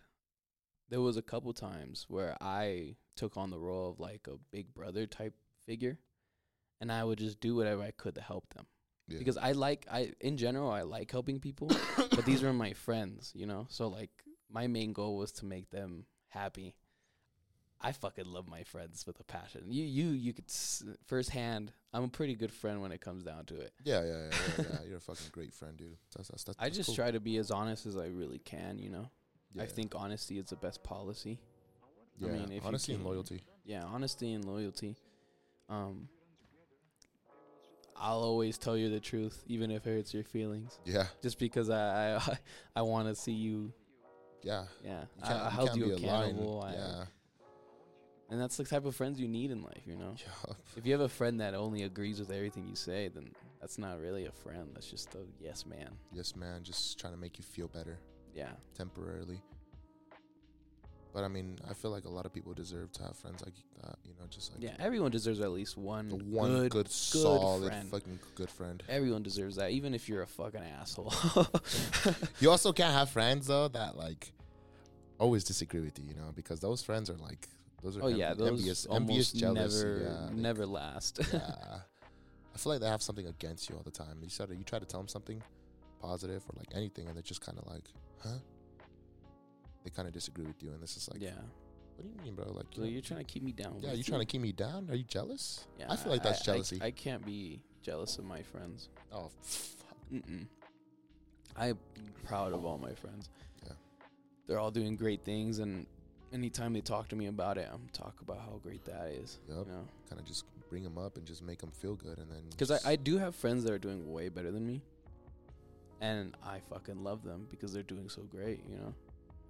Speaker 1: there was a couple times where i took on the role of like a big brother type figure and i would just do whatever i could to help them
Speaker 2: yeah.
Speaker 1: because i like i in general i like helping people but these were my friends you know so like my main goal was to make them happy i fucking love my friends with a passion you you you could s- firsthand i'm a pretty good friend when it comes down to it
Speaker 2: yeah, yeah, yeah, yeah, yeah. You're a fucking great friend, dude. That's that's that's.
Speaker 1: I
Speaker 2: that's
Speaker 1: just
Speaker 2: cool.
Speaker 1: try to be as honest as I really can, you know. I
Speaker 2: Yeah.
Speaker 1: think honesty is the best policy. I
Speaker 2: Yeah.
Speaker 1: mean, if you
Speaker 2: honesty and
Speaker 1: can-
Speaker 2: loyalty.
Speaker 1: Yeah, honesty and loyalty. Um I'll always tell you the truth even if it hurts your feelings.
Speaker 2: Yeah,
Speaker 1: Just because I I I want to see you,
Speaker 2: yeah.
Speaker 1: yeah.
Speaker 2: You
Speaker 1: I,
Speaker 2: can't-
Speaker 1: I
Speaker 2: you
Speaker 1: held
Speaker 2: can't
Speaker 1: you
Speaker 2: be a lion.
Speaker 1: accountable. I,
Speaker 2: Yeah.
Speaker 1: And that's the type of friends you need in life, you know.
Speaker 2: yeah.
Speaker 1: If you have a friend that only agrees with everything you say, then that's not really a friend. That's just a yes man.
Speaker 2: Yes, man. Just trying to make you feel better.
Speaker 1: Yeah.
Speaker 2: temporarily. But I mean, I feel like a lot of people deserve to have friends like that. You know, just like
Speaker 1: Yeah, everyone deserves at least one,
Speaker 2: the one good,
Speaker 1: good
Speaker 2: solid,
Speaker 1: friend.
Speaker 2: fucking good friend.
Speaker 1: Everyone deserves that, even if you're a fucking asshole.
Speaker 2: You also can't have friends though that like always disagree with you. You know, because those friends are like those are
Speaker 1: oh yeah,
Speaker 2: envi-
Speaker 1: those
Speaker 2: envious, envious,
Speaker 1: almost
Speaker 2: jealous.
Speaker 1: never,
Speaker 2: yeah, they-
Speaker 1: never last.
Speaker 2: yeah. I feel like they have something against you all the time. You try to you try to tell them something positive or like anything, and they're just kind of like, huh? They kind of disagree with you, and this is like,
Speaker 1: yeah,
Speaker 2: what do you mean, bro? Like,
Speaker 1: so
Speaker 2: know,
Speaker 1: you're trying to keep me down.
Speaker 2: Yeah, you trying to keep me down? Are you jealous?
Speaker 1: Yeah,
Speaker 2: I feel like that's jealousy.
Speaker 1: I, can't be jealous of my friends.
Speaker 2: oh, fuck.
Speaker 1: Mm-mm. I'm proud of all my friends.
Speaker 2: Yeah.
Speaker 1: they're all doing great things, and anytime they talk to me about it, I'm talk about how great that is.
Speaker 2: Yup.
Speaker 1: You know,
Speaker 2: Kind of just bring them up and just make them feel good, and then
Speaker 1: because
Speaker 2: just-
Speaker 1: I, I do have friends that are doing way better than me and i fucking love them because they're doing so great you know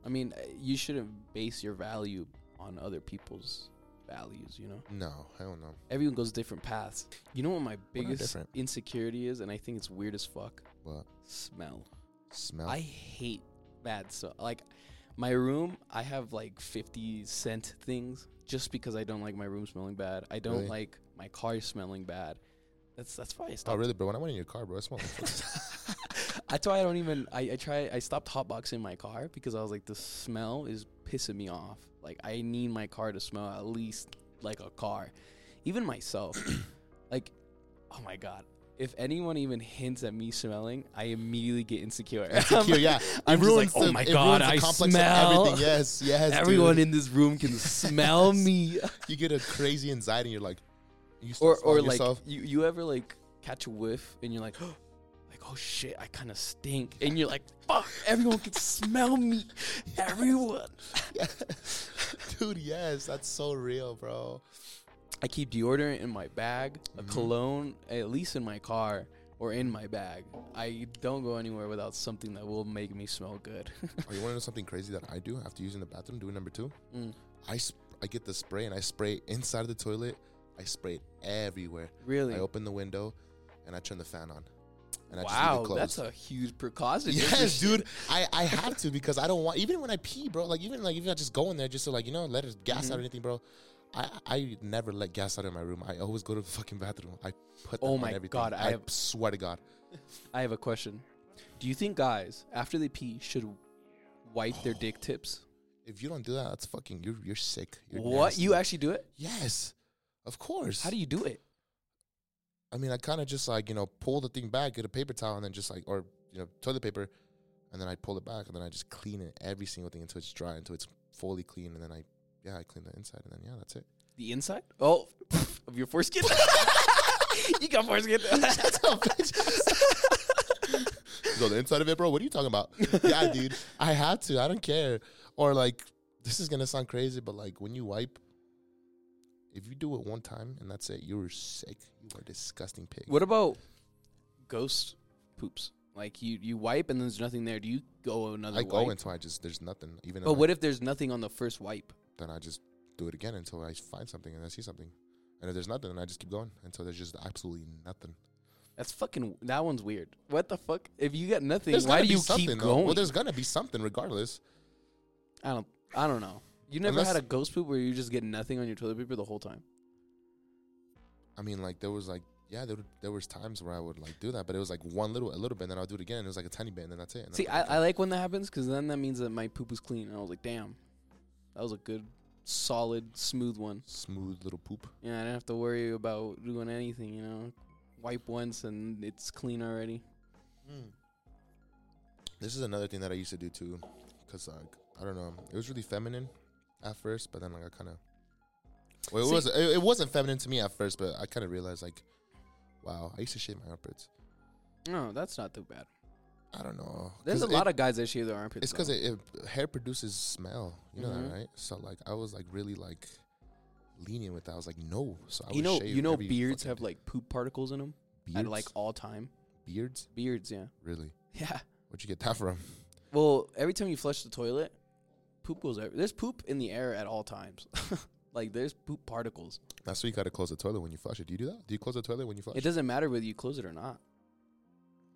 Speaker 1: i mean uh, you shouldn't base your value on other people's values you know
Speaker 2: no, I don't know
Speaker 1: everyone goes different paths you know what my biggest
Speaker 2: different.
Speaker 1: insecurity is and i think it's weird as fuck
Speaker 2: what
Speaker 1: smell
Speaker 2: smell.
Speaker 1: i hate bad smell like my room i have like 50 cent things just because i don't like my room smelling bad i don't
Speaker 2: Really?
Speaker 1: like my car smelling bad that's that's why i stopped
Speaker 2: oh really, bro? When I went in your car, bro, I smelled. Like fucking-
Speaker 1: That's why I don't even. I, I try. I stopped hotboxing my car because I was like, the smell is pissing me off. Like I need my car to smell at least like a car, even myself. like, oh my god. If anyone even hints at me smelling, I immediately get insecure.
Speaker 2: Insecure, yeah.
Speaker 1: I'm just like,
Speaker 2: It ruins
Speaker 1: oh
Speaker 2: the-
Speaker 1: my
Speaker 2: it
Speaker 1: god,
Speaker 2: ruins the
Speaker 1: I
Speaker 2: complex of
Speaker 1: smell.
Speaker 2: everything. Yes, yes.
Speaker 1: Everyone
Speaker 2: dude.
Speaker 1: in this room can smell me.
Speaker 2: you get a crazy anxiety, and you're like, you start
Speaker 1: or or
Speaker 2: smelling
Speaker 1: like
Speaker 2: yourself.
Speaker 1: you, you ever like catch a whiff and you're like like oh shit i kind of stink and you're like fuck everyone can smell me everyone
Speaker 2: dude. Yes, that's so real, bro.
Speaker 1: i keep deodorant in my bag a
Speaker 2: Mm-hmm.
Speaker 1: cologne at least in my car or in my bag i don't go anywhere without something that will make me smell good
Speaker 2: Oh, you want to know something crazy that I do after using the bathroom? Doing number two,
Speaker 1: Mm.
Speaker 2: I sp- I get the spray and I spray it inside of the toilet. I spray it everywhere.
Speaker 1: really
Speaker 2: I open the window and I turn the fan on. And I
Speaker 1: wow
Speaker 2: just leave it
Speaker 1: that's
Speaker 2: closed.
Speaker 1: a huge precaution
Speaker 2: Yes, dude. I, I have to because I don't want even when I pee, bro. Like even like if I just go in there just to like you know let it gas
Speaker 1: Mm-hmm.
Speaker 2: out or anything, bro. I I never let gas out in my room. I always go to the fucking bathroom. I put
Speaker 1: Oh
Speaker 2: them on
Speaker 1: my
Speaker 2: everything.
Speaker 1: God, I
Speaker 2: I,
Speaker 1: have-
Speaker 2: swear to God.
Speaker 1: i have a question do you think guys after they pee should wipe
Speaker 2: Oh,
Speaker 1: their dick tips
Speaker 2: If you don't do that, that's fucking you're you're sick. You're
Speaker 1: what you
Speaker 2: nasty.
Speaker 1: actually do it
Speaker 2: Yes, of course.
Speaker 1: how do you do it
Speaker 2: I mean, I kind of just like you know pull the thing back, get a paper towel, and then just like or you know toilet paper, and then I pull it back, and then I just clean it every single thing until it's dry, until it's fully clean, and then I yeah I clean the inside, and then yeah that's it.
Speaker 1: The inside? Oh, of your foreskin. you got foreskin.
Speaker 2: Shut up, bitch. Go the inside of it, bro. What are you talking about? yeah, dude, I had to. I don't care. Or like this is gonna sound crazy, but like when you wipe. If you do it one time and that's it, you're sick. You are a disgusting pig.
Speaker 1: what about ghost poops? Like you, you wipe and there's nothing there. Do you go another?
Speaker 2: I
Speaker 1: wipe?
Speaker 2: go until I just there's nothing. Even if
Speaker 1: But
Speaker 2: I-
Speaker 1: what if there's nothing on the first wipe?
Speaker 2: then I just do it again until I find something and I see something. And if there's nothing, then I just keep going until there's just absolutely nothing.
Speaker 1: That's fucking. That one's weird. What the fuck? If you got nothing,
Speaker 2: There's
Speaker 1: why
Speaker 2: gotta
Speaker 1: do
Speaker 2: be
Speaker 1: you
Speaker 2: something,
Speaker 1: keep
Speaker 2: though.
Speaker 1: going?
Speaker 2: Well, there's gonna be something regardless.
Speaker 1: I don't. I don't know. You never
Speaker 2: Unless-
Speaker 1: had a ghost poop where you just get nothing on your toilet paper the whole time.
Speaker 2: I mean, like there was like yeah, there there was times where I would like do that, but it was like one little a little bit, and then I'll do it again, and it was like a tiny bit, and then that's it. And
Speaker 1: See,
Speaker 2: I'm like,
Speaker 1: I, I like when that happens because then that means that my poop was clean, and I was like, damn, that was a good, solid, smooth one.
Speaker 2: smooth little poop.
Speaker 1: Yeah, I didn't have to worry about doing anything. You know, wipe once and it's clean already.
Speaker 2: Mm. This is another thing that I used to do too, cause like I don't know, it was really feminine at first, but then like I kind of well, it
Speaker 1: See-
Speaker 2: was it, it wasn't feminine to me at first, but I kind of realized like, wow, I used to shave my armpits.
Speaker 1: No, that's not too bad.
Speaker 2: I don't know.
Speaker 1: There's
Speaker 2: 'Cause
Speaker 1: a
Speaker 2: it-
Speaker 1: lot of guys that shave their armpits.
Speaker 2: It's because
Speaker 1: though.
Speaker 2: it, it- hair produces smell. You know
Speaker 1: Mhm.
Speaker 2: that, right? So like, I was like really like lenient with that. I was like, no. So I
Speaker 1: you
Speaker 2: would
Speaker 1: know,
Speaker 2: shave
Speaker 1: you know,
Speaker 2: every
Speaker 1: beards
Speaker 2: fucking
Speaker 1: have
Speaker 2: day.
Speaker 1: like poop particles in them
Speaker 2: beards?
Speaker 1: at like all time.
Speaker 2: beards.
Speaker 1: Beards, yeah,
Speaker 2: Really?
Speaker 1: yeah.
Speaker 2: Where'd you get that from?
Speaker 1: Well, every time you flush the toilet, poop goes. Every- there's poop in the air at all times. like there's poop particles.
Speaker 2: That's why you gotta close the toilet when you flush it. Do you do that? Do you close the toilet when you flush?
Speaker 1: It doesn't matter whether you close it or not.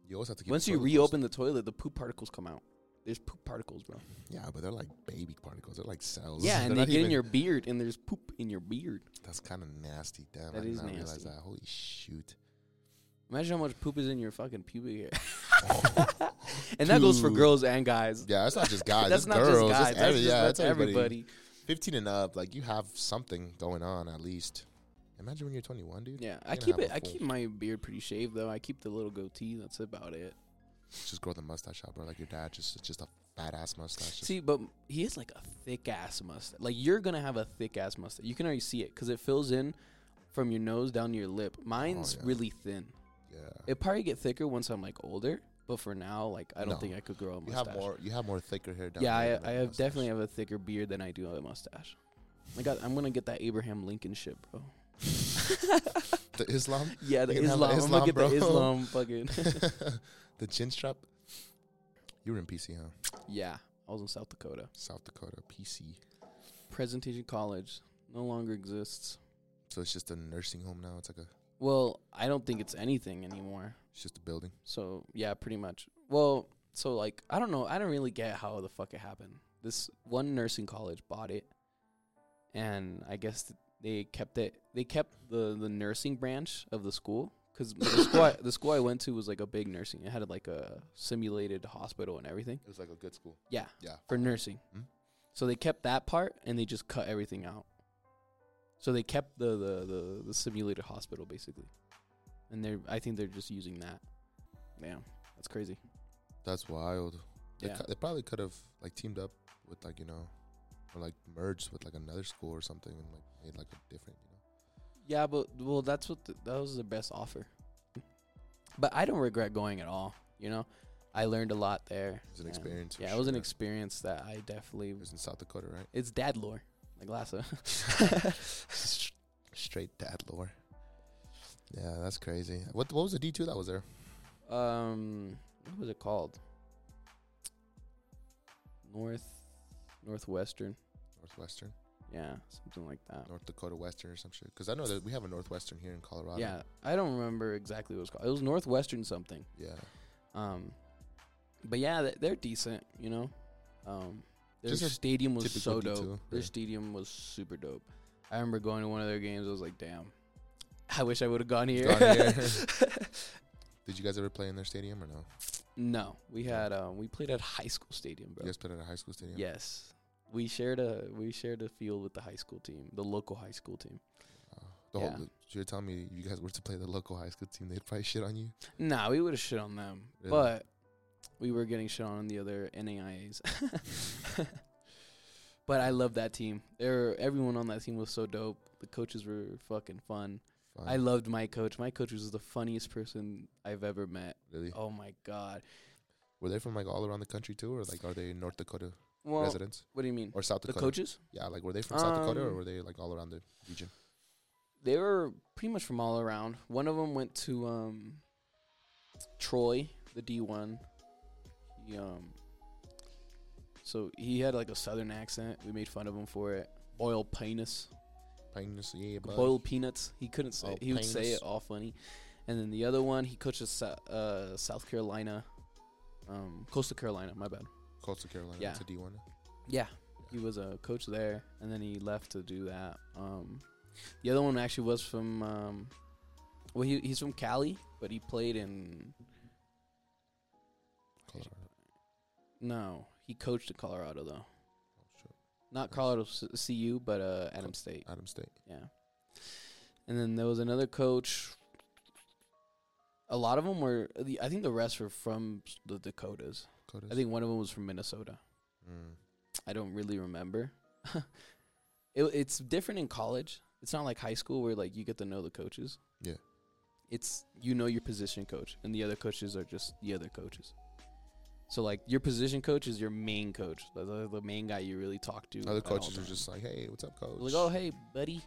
Speaker 2: You always have to. Keep the
Speaker 1: Once you
Speaker 2: toilet closed.
Speaker 1: reopen the toilet, the poop particles come out. There's poop particles, bro.
Speaker 2: Yeah, but they're like baby particles. They're like cells.
Speaker 1: Yeah,
Speaker 2: They're
Speaker 1: and they
Speaker 2: not
Speaker 1: get in
Speaker 2: even-
Speaker 1: your beard, and there's poop in your beard.
Speaker 2: That's kind of nasty. Damn,
Speaker 1: That
Speaker 2: I did
Speaker 1: is
Speaker 2: not realize
Speaker 1: nasty.
Speaker 2: that. Holy shoot.
Speaker 1: Imagine how much poop is in your fucking pubic hair. and that goes for
Speaker 2: Dude.
Speaker 1: girls and guys.
Speaker 2: Yeah, that's not just guys.
Speaker 1: that's
Speaker 2: it's
Speaker 1: not just
Speaker 2: girls. it's
Speaker 1: guys. That's,
Speaker 2: every-
Speaker 1: just,
Speaker 2: yeah,
Speaker 1: that's
Speaker 2: it's everybody.
Speaker 1: everybody.
Speaker 2: 15 and up, like you have something going on at least. Imagine when you're 21, dude.
Speaker 1: Yeah, I
Speaker 2: gonna
Speaker 1: keep
Speaker 2: have
Speaker 1: it.
Speaker 2: a
Speaker 1: I
Speaker 2: full-
Speaker 1: keep my beard pretty shaved though. I keep the little goatee. That's about it.
Speaker 2: Just grow the mustache out, bro. Like your dad, just just a fat ass mustache. Just-
Speaker 1: See, but he has like a thick ass mustache. Like you're gonna have a thick ass mustache. You can already see it because it fills in from your nose down to your lip. Mine's
Speaker 2: Oh, yeah.
Speaker 1: really thin.
Speaker 2: yeah.
Speaker 1: It probably get thicker once I'm like older, but for now, like I don't
Speaker 2: No.
Speaker 1: think I could grow a
Speaker 2: You
Speaker 1: mustache.
Speaker 2: have more. You have more thicker hair down.
Speaker 1: yeah,
Speaker 2: here than
Speaker 1: I, I
Speaker 2: a
Speaker 1: have
Speaker 2: mustache.
Speaker 1: definitely have a thicker beard than I do a mustache. I got. I'm gonna get that Abraham Lincoln shit, bro.
Speaker 2: the Islam,
Speaker 1: Yeah, the
Speaker 2: You can have
Speaker 1: Islam.
Speaker 2: an
Speaker 1: I'm gonna get
Speaker 2: Islam,
Speaker 1: the
Speaker 2: bro.
Speaker 1: Islam fucking.
Speaker 2: the chin strap. You were in PC, huh?
Speaker 1: yeah, I was in South Dakota.
Speaker 2: South Dakota, PC.
Speaker 1: Presentation College no longer exists.
Speaker 2: So it's just a nursing home now. It's like a,
Speaker 1: Well, I don't think it's anything anymore.
Speaker 2: it's just a building.
Speaker 1: So yeah, pretty much. Well, so like I don't know. I don't really get how the fuck it happened. This one nursing college bought it, and I guess th- they kept it. They kept the the nursing branch of the school because the school I, the school I went to was like a big nursing. It had like a simulated hospital and everything
Speaker 2: It was like a good school.
Speaker 1: Yeah.
Speaker 2: Yeah.
Speaker 1: for nursing.
Speaker 2: Mm.
Speaker 1: So they kept that part and they just cut everything out. So they kept the the the, the simulated hospital basically, and they're I think they're just using that. Damn, that's crazy.
Speaker 2: That's wild. They,
Speaker 1: Yeah.
Speaker 2: cou- they probably could have like teamed up with like you know, or like merged with like another school or something and like made like a different. You know.
Speaker 1: Yeah, but well, that's what the, that was the best offer. But I don't regret going at all. You know, I learned a lot there.
Speaker 2: It was an
Speaker 1: and-
Speaker 2: experience for
Speaker 1: Yeah, it was an
Speaker 2: sure.
Speaker 1: experience that I definitely.
Speaker 2: It was in South Dakota, right?
Speaker 1: It's dad lore, like Lassa.
Speaker 2: S- Straight dad lore. Yeah, that's crazy. What what was the D two that was there?
Speaker 1: um, what was it called? North, Northwestern.
Speaker 2: Northwestern,
Speaker 1: Yeah, something like that.
Speaker 2: North Dakota Western, or some shit. Because I know that we have a Northwestern here in Colorado.
Speaker 1: Yeah, I don't remember exactly what it was called. It was Northwestern something.
Speaker 2: yeah.
Speaker 1: Um, but yeah, th- they're decent, you know. Um, their
Speaker 2: Just a
Speaker 1: stadium was so
Speaker 2: typical D2,
Speaker 1: dope. Their
Speaker 2: yeah.
Speaker 1: stadium was super dope. I remember going to one of their games. I was like, damn, I wish I would have gone here.
Speaker 2: Gone here. Did you guys ever play in their stadium or no?
Speaker 1: no, we had um, we played at high school stadium,
Speaker 2: You
Speaker 1: bro.
Speaker 2: guys played at a high school stadium.
Speaker 1: Yes, we shared a we shared a field with the high school team, the local high school team.
Speaker 2: Wow. The
Speaker 1: Yeah.
Speaker 2: whole, so you're telling me if you guys were to play the local high school team, they'd probably shit on you.
Speaker 1: Nah, we would have shit on them,
Speaker 2: Really?
Speaker 1: but we were getting shit on the other NAIAs. but I love that team. They were, everyone on that team was so dope. The coaches were fucking fun.
Speaker 2: Fine.
Speaker 1: I loved my coach. My coach was the funniest person I've ever met.
Speaker 2: really.
Speaker 1: Oh my god.
Speaker 2: Were they from like all around the country too, or like are they North Dakota
Speaker 1: Well,
Speaker 2: residents
Speaker 1: what do you mean?
Speaker 2: or South
Speaker 1: The
Speaker 2: Dakota?
Speaker 1: coaches?
Speaker 2: Yeah, like were they from South Dakota or
Speaker 1: Um,
Speaker 2: were they like all around the region?
Speaker 1: They were pretty much from all around. One of them went to um, Troy, the D1. He, um, so he had like a southern accent. We made fun of him for it. Boil penis.
Speaker 2: Pines, yeah, bud.
Speaker 1: Boil peanuts. He couldn't say
Speaker 2: Oh,
Speaker 1: it. He would say
Speaker 2: penis.
Speaker 1: it all funny. And then the other one, he coaches Sou- uh, South Carolina. Um, Coastal Carolina, my bad.
Speaker 2: Coastal Carolina.
Speaker 1: Yeah.
Speaker 2: It's a D one.
Speaker 1: Yeah, he was a coach there, and then he left to do that. Um, the other one actually was from, um, well, he, he's from Cali, but he played in
Speaker 2: Colorado.
Speaker 1: no, he coached at Colorado though,
Speaker 2: Oh, shit.
Speaker 1: not Colorado C- CU, but uh, Adam State.
Speaker 2: Adam State.
Speaker 1: Yeah, and then there was another coach. A lot of them were, the- I think the rest were from s- the Dakotas.
Speaker 2: Dakotas.
Speaker 1: I think one of them was from Minnesota.
Speaker 2: Mm.
Speaker 1: I don't really remember. it, it's different in college. It's not like high school where like you get to know the coaches.
Speaker 2: Yeah.
Speaker 1: It's you know your position coach and the other coaches are just the other coaches. So like your position coach is your main coach, the, the, the main guy you really talk to.
Speaker 2: Other
Speaker 1: at all
Speaker 2: coaches are
Speaker 1: times.
Speaker 2: just like, hey, what's up, coach?
Speaker 1: like, oh hey buddy.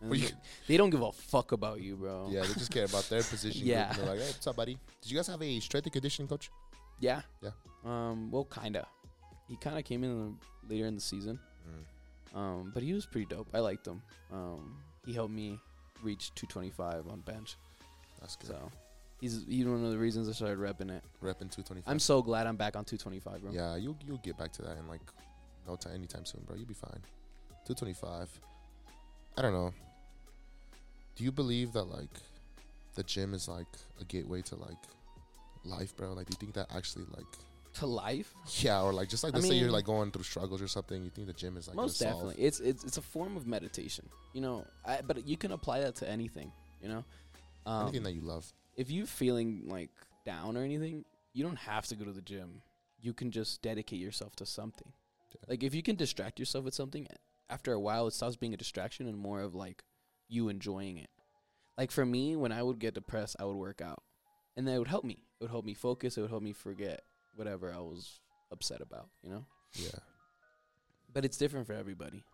Speaker 1: And
Speaker 2: Well,
Speaker 1: they,
Speaker 2: you-
Speaker 1: they don't give a fuck about you, bro.
Speaker 2: yeah, they just care about their position. group,
Speaker 1: Yeah.
Speaker 2: and they're like, hey, what's up, buddy? Did you guys have a strength and conditioning coach?
Speaker 1: Yeah.
Speaker 2: Yeah.
Speaker 1: Um. Well, kinda. He kind of came in later in the season.
Speaker 2: Mm.
Speaker 1: Um, but he was pretty dope. I liked him. Um, he helped me reach 225 on bench.
Speaker 2: That's good.
Speaker 1: So he's he's one of the reasons I started repping it.
Speaker 2: Repping two twenty
Speaker 1: I'm so glad I'm back on 225, bro.
Speaker 2: Yeah, you you'll get back to that in like no time, anytime soon, bro. You'll be fine. Two twenty five. I don't know. Do you believe that like the gym is like a gateway to like life, bro? Like, do you think that actually like
Speaker 1: To life,
Speaker 2: yeah, or like just like
Speaker 1: I
Speaker 2: let's say you're
Speaker 1: mean-
Speaker 2: like going through struggles or something, you think the gym is like
Speaker 1: most
Speaker 2: gonna solve-
Speaker 1: definitely. It's it's it's a form of meditation, you know. I, but you can apply that to anything, you know. Um,
Speaker 2: anything that you love.
Speaker 1: if you're feeling like down or anything, you don't have to go to the gym. You can just dedicate yourself to something.
Speaker 2: Yeah.
Speaker 1: Like if you can distract yourself with something, after a while it stops being a distraction and more of like you enjoying it. Like for me, when I would get depressed, I would work out. And that would help me. It would help me focus, it would help me forget whatever I was upset about, you know?
Speaker 2: Yeah,
Speaker 1: But it's different for everybody.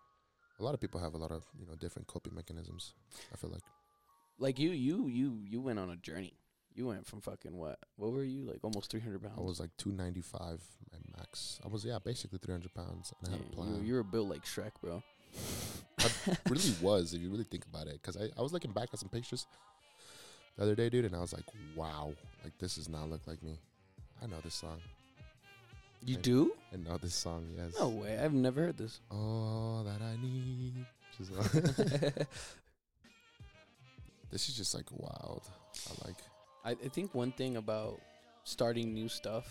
Speaker 2: a lot of people have a lot of you know different coping mechanisms. I feel like
Speaker 1: Like you you you you went on a journey. You went from fucking what? What were you? Like almost 300 pounds.
Speaker 2: I was like two ninety five my max. I was yeah basically three hundred pounds, and I had a
Speaker 1: Yeah,
Speaker 2: plan.
Speaker 1: You, you were built like Shrek, bro.
Speaker 2: really was if you really think about it because I, I was looking back at some pictures the other day dude and i was like wow like this does not look like me i know this song
Speaker 1: You
Speaker 2: I-
Speaker 1: do?
Speaker 2: i know this song yes
Speaker 1: No way. I've never heard this.
Speaker 2: all that i need Just- this is just like wild i like
Speaker 1: I, I think one thing about starting new stuff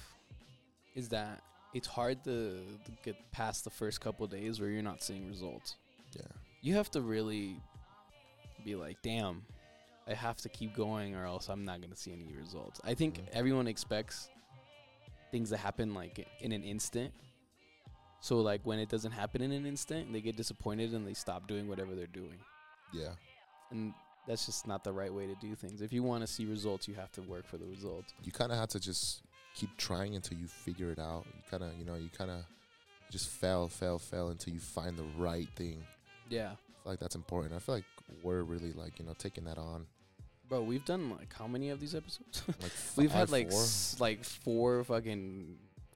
Speaker 1: is that it's hard to, to get past the first couple days where you're not seeing results.
Speaker 2: yeah
Speaker 1: You have to really be like, damn, I have to keep going or else I'm not going to see any results. I think
Speaker 2: Mhm.
Speaker 1: everyone expects things to happen like in an instant. So like when it doesn't happen in an instant, they get disappointed and they stop doing whatever they're doing.
Speaker 2: yeah
Speaker 1: and that's just not the right way to do things. If you want to see results, you have to work for the results.
Speaker 2: you kind of have to just keep trying until you figure it out you kind of you know you kind of just fail fail fail until you find the right thing
Speaker 1: Yeah,
Speaker 2: i feel like that's important i feel like we're really like you know taking that on
Speaker 1: bro, we've done like how many of these episodes?
Speaker 2: like
Speaker 1: we've
Speaker 2: five,
Speaker 1: had like
Speaker 2: four.
Speaker 1: s- like four fucking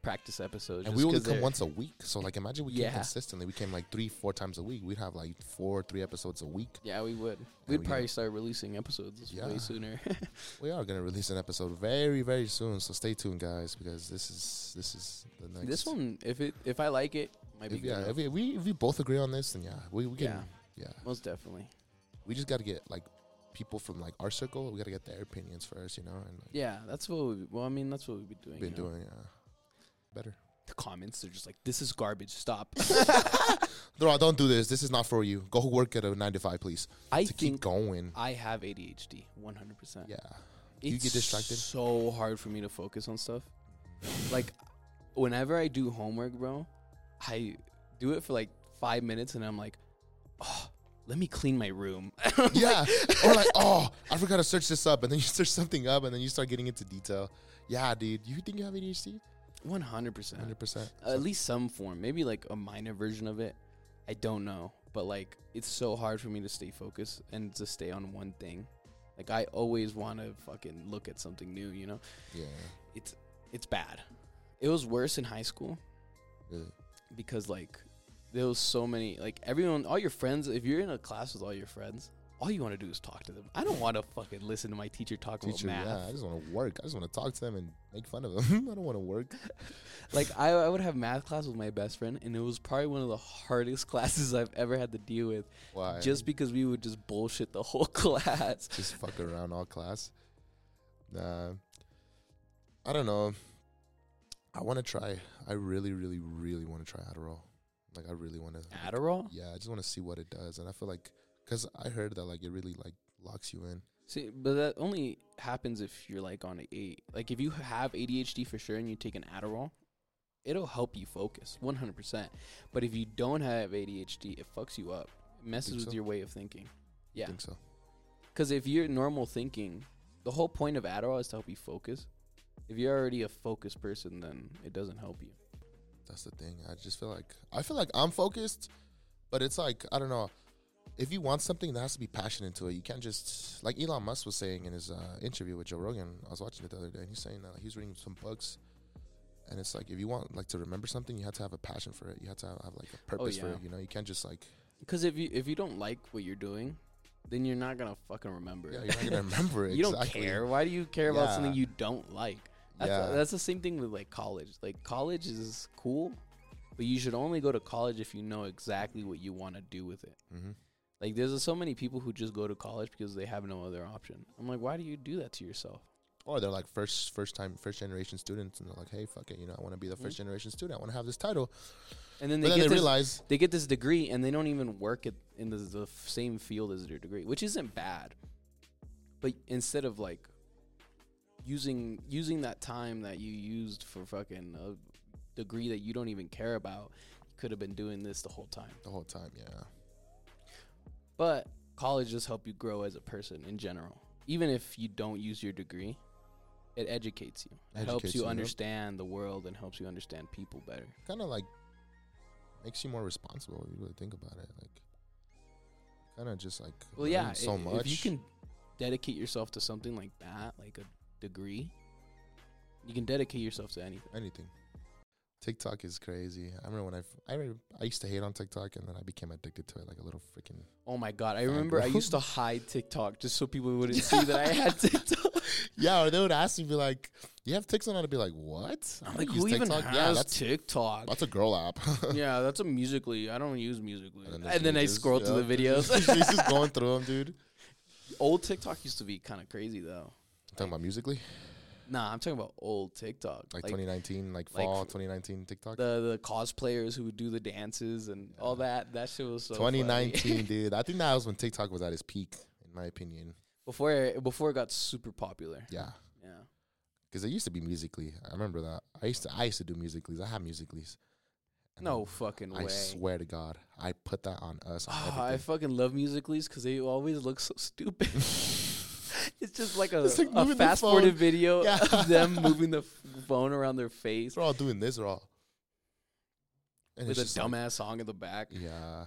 Speaker 1: practice episodes,
Speaker 2: and
Speaker 1: just
Speaker 2: we only
Speaker 1: 'cause
Speaker 2: come
Speaker 1: they're-
Speaker 2: once a week. So like, imagine we came
Speaker 1: Yeah.
Speaker 2: consistently. We came like three, four times a week. We'd have like four, three episodes a week.
Speaker 1: Yeah, we would. We'd
Speaker 2: we-
Speaker 1: probably start releasing episodes
Speaker 2: Yeah.
Speaker 1: way sooner.
Speaker 2: We are gonna release an episode very, very soon. So stay tuned, guys, because this is this is the next.
Speaker 1: this one, if it if I like it, might be
Speaker 2: If,
Speaker 1: good.
Speaker 2: yeah,
Speaker 1: enough.
Speaker 2: if we, we if we both agree on this, then yeah, we we can. Yeah.
Speaker 1: Yeah. most definitely.
Speaker 2: we just gotta get like people from like our circle. We gotta get their opinions first, you know. And like,
Speaker 1: Yeah, that's what. We, well, I mean, that's what we've been doing.
Speaker 2: been
Speaker 1: you know?
Speaker 2: doing yeah, better.
Speaker 1: the comments. They're just like, "This is garbage. Stop."
Speaker 2: No, don't do this. This is not for you. Go work at a nine to five, please.
Speaker 1: I
Speaker 2: to keep
Speaker 1: think
Speaker 2: going.
Speaker 1: I have ADHD, 100. percent
Speaker 2: Yeah. You get distracted?
Speaker 1: So hard for me to focus on stuff. Like, whenever I do homework, bro, I do it for like five minutes, and I'm like, "Oh, let me clean my room."
Speaker 2: Yeah. or like, oh, I forgot to search this up, and then you search something up, and then you start getting into detail. Yeah, dude. You think you have ADHD?
Speaker 1: 100. percent
Speaker 2: Hundred percent.
Speaker 1: at least some form maybe like a minor version of it i don't know but like it's so hard for me to stay focused and to stay on one thing like i always want to fucking look at something new you know
Speaker 2: Yeah.
Speaker 1: it's bad it was worse in high school
Speaker 2: Really.
Speaker 1: because like there was so many like everyone all your friends if you're in a class with all your friends all you want to do is talk to them i don't want to fucking listen to my teacher talk
Speaker 2: Teacher,
Speaker 1: about math
Speaker 2: yeah. I just want to work. I just want to talk to them and make fun of them. I don't want to work.
Speaker 1: Like I, I would have math class with my best friend, and it was probably one of the hardest classes I've ever had to deal with.
Speaker 2: Why?
Speaker 1: Just because we would just bullshit the whole class.
Speaker 2: just fuck around all class. Nah. I don't know. I want to try. I really, really, really want to try Adderall. Like, I really want to.
Speaker 1: Adderall.
Speaker 2: Yeah, I just want to see what it does, and I feel like because I heard that like it really like locks you in.
Speaker 1: See, but that only happens if you're like on a like if you have ADHD for sure and you take an Adderall, it'll help you focus 100%. But if you don't have ADHD, it fucks you up. It messes
Speaker 2: Think
Speaker 1: with
Speaker 2: so?
Speaker 1: your way of thinking.
Speaker 2: I
Speaker 1: Yeah.
Speaker 2: think so.
Speaker 1: Because if you're normal thinking, the whole point of Adderall is to help you focus. If you're already a focused person, then it doesn't help you.
Speaker 2: That's the thing. I just feel like I feel like I'm focused, but it's like I don't know. If you want something, there has to be passion into it. You can't just like Elon Musk was saying in his uh, interview with Joe Rogan. I was watching it the other day, and he's saying that like, he was reading some books, and it's like if you want like to remember something, you have to have a passion for it. You have to have, have like a purpose for
Speaker 1: Oh, yeah.
Speaker 2: it. You know, you can't just like
Speaker 1: Because if you if you don't like what you're doing, then you're not gonna fucking remember
Speaker 2: yeah,
Speaker 1: it.
Speaker 2: you're not gonna remember it.
Speaker 1: you don't
Speaker 2: exactly.
Speaker 1: care. Why do you care about something
Speaker 2: Yeah.
Speaker 1: you don't like? That's,
Speaker 2: Yeah,
Speaker 1: that's the same thing with like college. Like college is cool, but you should only go to college if you know exactly what you want to do with it.
Speaker 2: mm-hmm.
Speaker 1: Like there's so many people who just go to college because they have no other option. I'm like, why do you do that to yourself?
Speaker 2: or they're like first first time first generation students and they're like hey fuck it you know i want to be the first generation student i want to have this title
Speaker 1: Mm-hmm. And then
Speaker 2: but
Speaker 1: they
Speaker 2: then
Speaker 1: get
Speaker 2: they
Speaker 1: this,
Speaker 2: realize
Speaker 1: they get this degree and they don't even work at, in the, the f- same field as their degree, which isn't bad. But instead of like using using that time that you used for fucking a degree that you don't even care about, you could have been doing this the whole time.
Speaker 2: the whole time yeah
Speaker 1: But college just help you grow as a person in general. Even if you don't use your degree, it educates you. It helps
Speaker 2: Educates
Speaker 1: you
Speaker 2: you, yep.
Speaker 1: understand the world and helps you understand people better.
Speaker 2: kind of like makes you more responsible if you really think about it like kind of just like
Speaker 1: Well,
Speaker 2: learn
Speaker 1: yeah.
Speaker 2: Mm, so
Speaker 1: i-
Speaker 2: much
Speaker 1: If you can dedicate yourself to something like that, like a degree, you can dedicate yourself to anything.
Speaker 2: anything tiktok is crazy i remember when i f- I, re- I used to hate on tiktok and then i became addicted to it like a little freaking
Speaker 1: Oh my god! I
Speaker 2: Fangirl.
Speaker 1: remember I used to hide TikTok just so people wouldn't see that I had TikTok.
Speaker 2: yeah or they would ask me be like you have tiktok and i'd be like what I
Speaker 1: I'm
Speaker 2: don't
Speaker 1: like,
Speaker 2: use
Speaker 1: who even
Speaker 2: TikTok."
Speaker 1: has
Speaker 2: yeah that's
Speaker 1: TikTok?
Speaker 2: that's a girl app
Speaker 1: yeah, that's a musically. I don't use musically.
Speaker 2: And
Speaker 1: And then,
Speaker 2: then there's
Speaker 1: I
Speaker 2: images,
Speaker 1: scroll through
Speaker 2: yeah.
Speaker 1: the videos.
Speaker 2: He's just going through them, dude.
Speaker 1: old TikTok used to be kind of crazy though.
Speaker 2: Talking about musically,
Speaker 1: Nah, I'm talking about old TikTok,
Speaker 2: like,
Speaker 1: like,
Speaker 2: 2019, like
Speaker 1: like
Speaker 2: fall 2019 TikTok.
Speaker 1: the the cosplayers who would do the dances and all that. That shit was so funny.
Speaker 2: 2019, dude. I think that was when TikTok was at its peak, in my opinion.
Speaker 1: before it, before it got super popular.
Speaker 2: Yeah,
Speaker 1: Yeah.
Speaker 2: because it used to be musically. I remember that. I used to, I used to do musicallys. I had musicallys. And
Speaker 1: No fucking
Speaker 2: I
Speaker 1: way.
Speaker 2: swear to God, I put that on us. On
Speaker 1: Ah, I
Speaker 2: everything.
Speaker 1: fucking love musicallys because they always look so stupid. it's just like a,
Speaker 2: It's like
Speaker 1: a
Speaker 2: moving the
Speaker 1: fast forwarded
Speaker 2: phone.
Speaker 1: video
Speaker 2: Yeah.
Speaker 1: of them moving the f- phone around their face
Speaker 2: They're all doing this. They're all and
Speaker 1: with
Speaker 2: it's
Speaker 1: a
Speaker 2: just like- Mm.
Speaker 1: dumbass song in the back.
Speaker 2: yeah,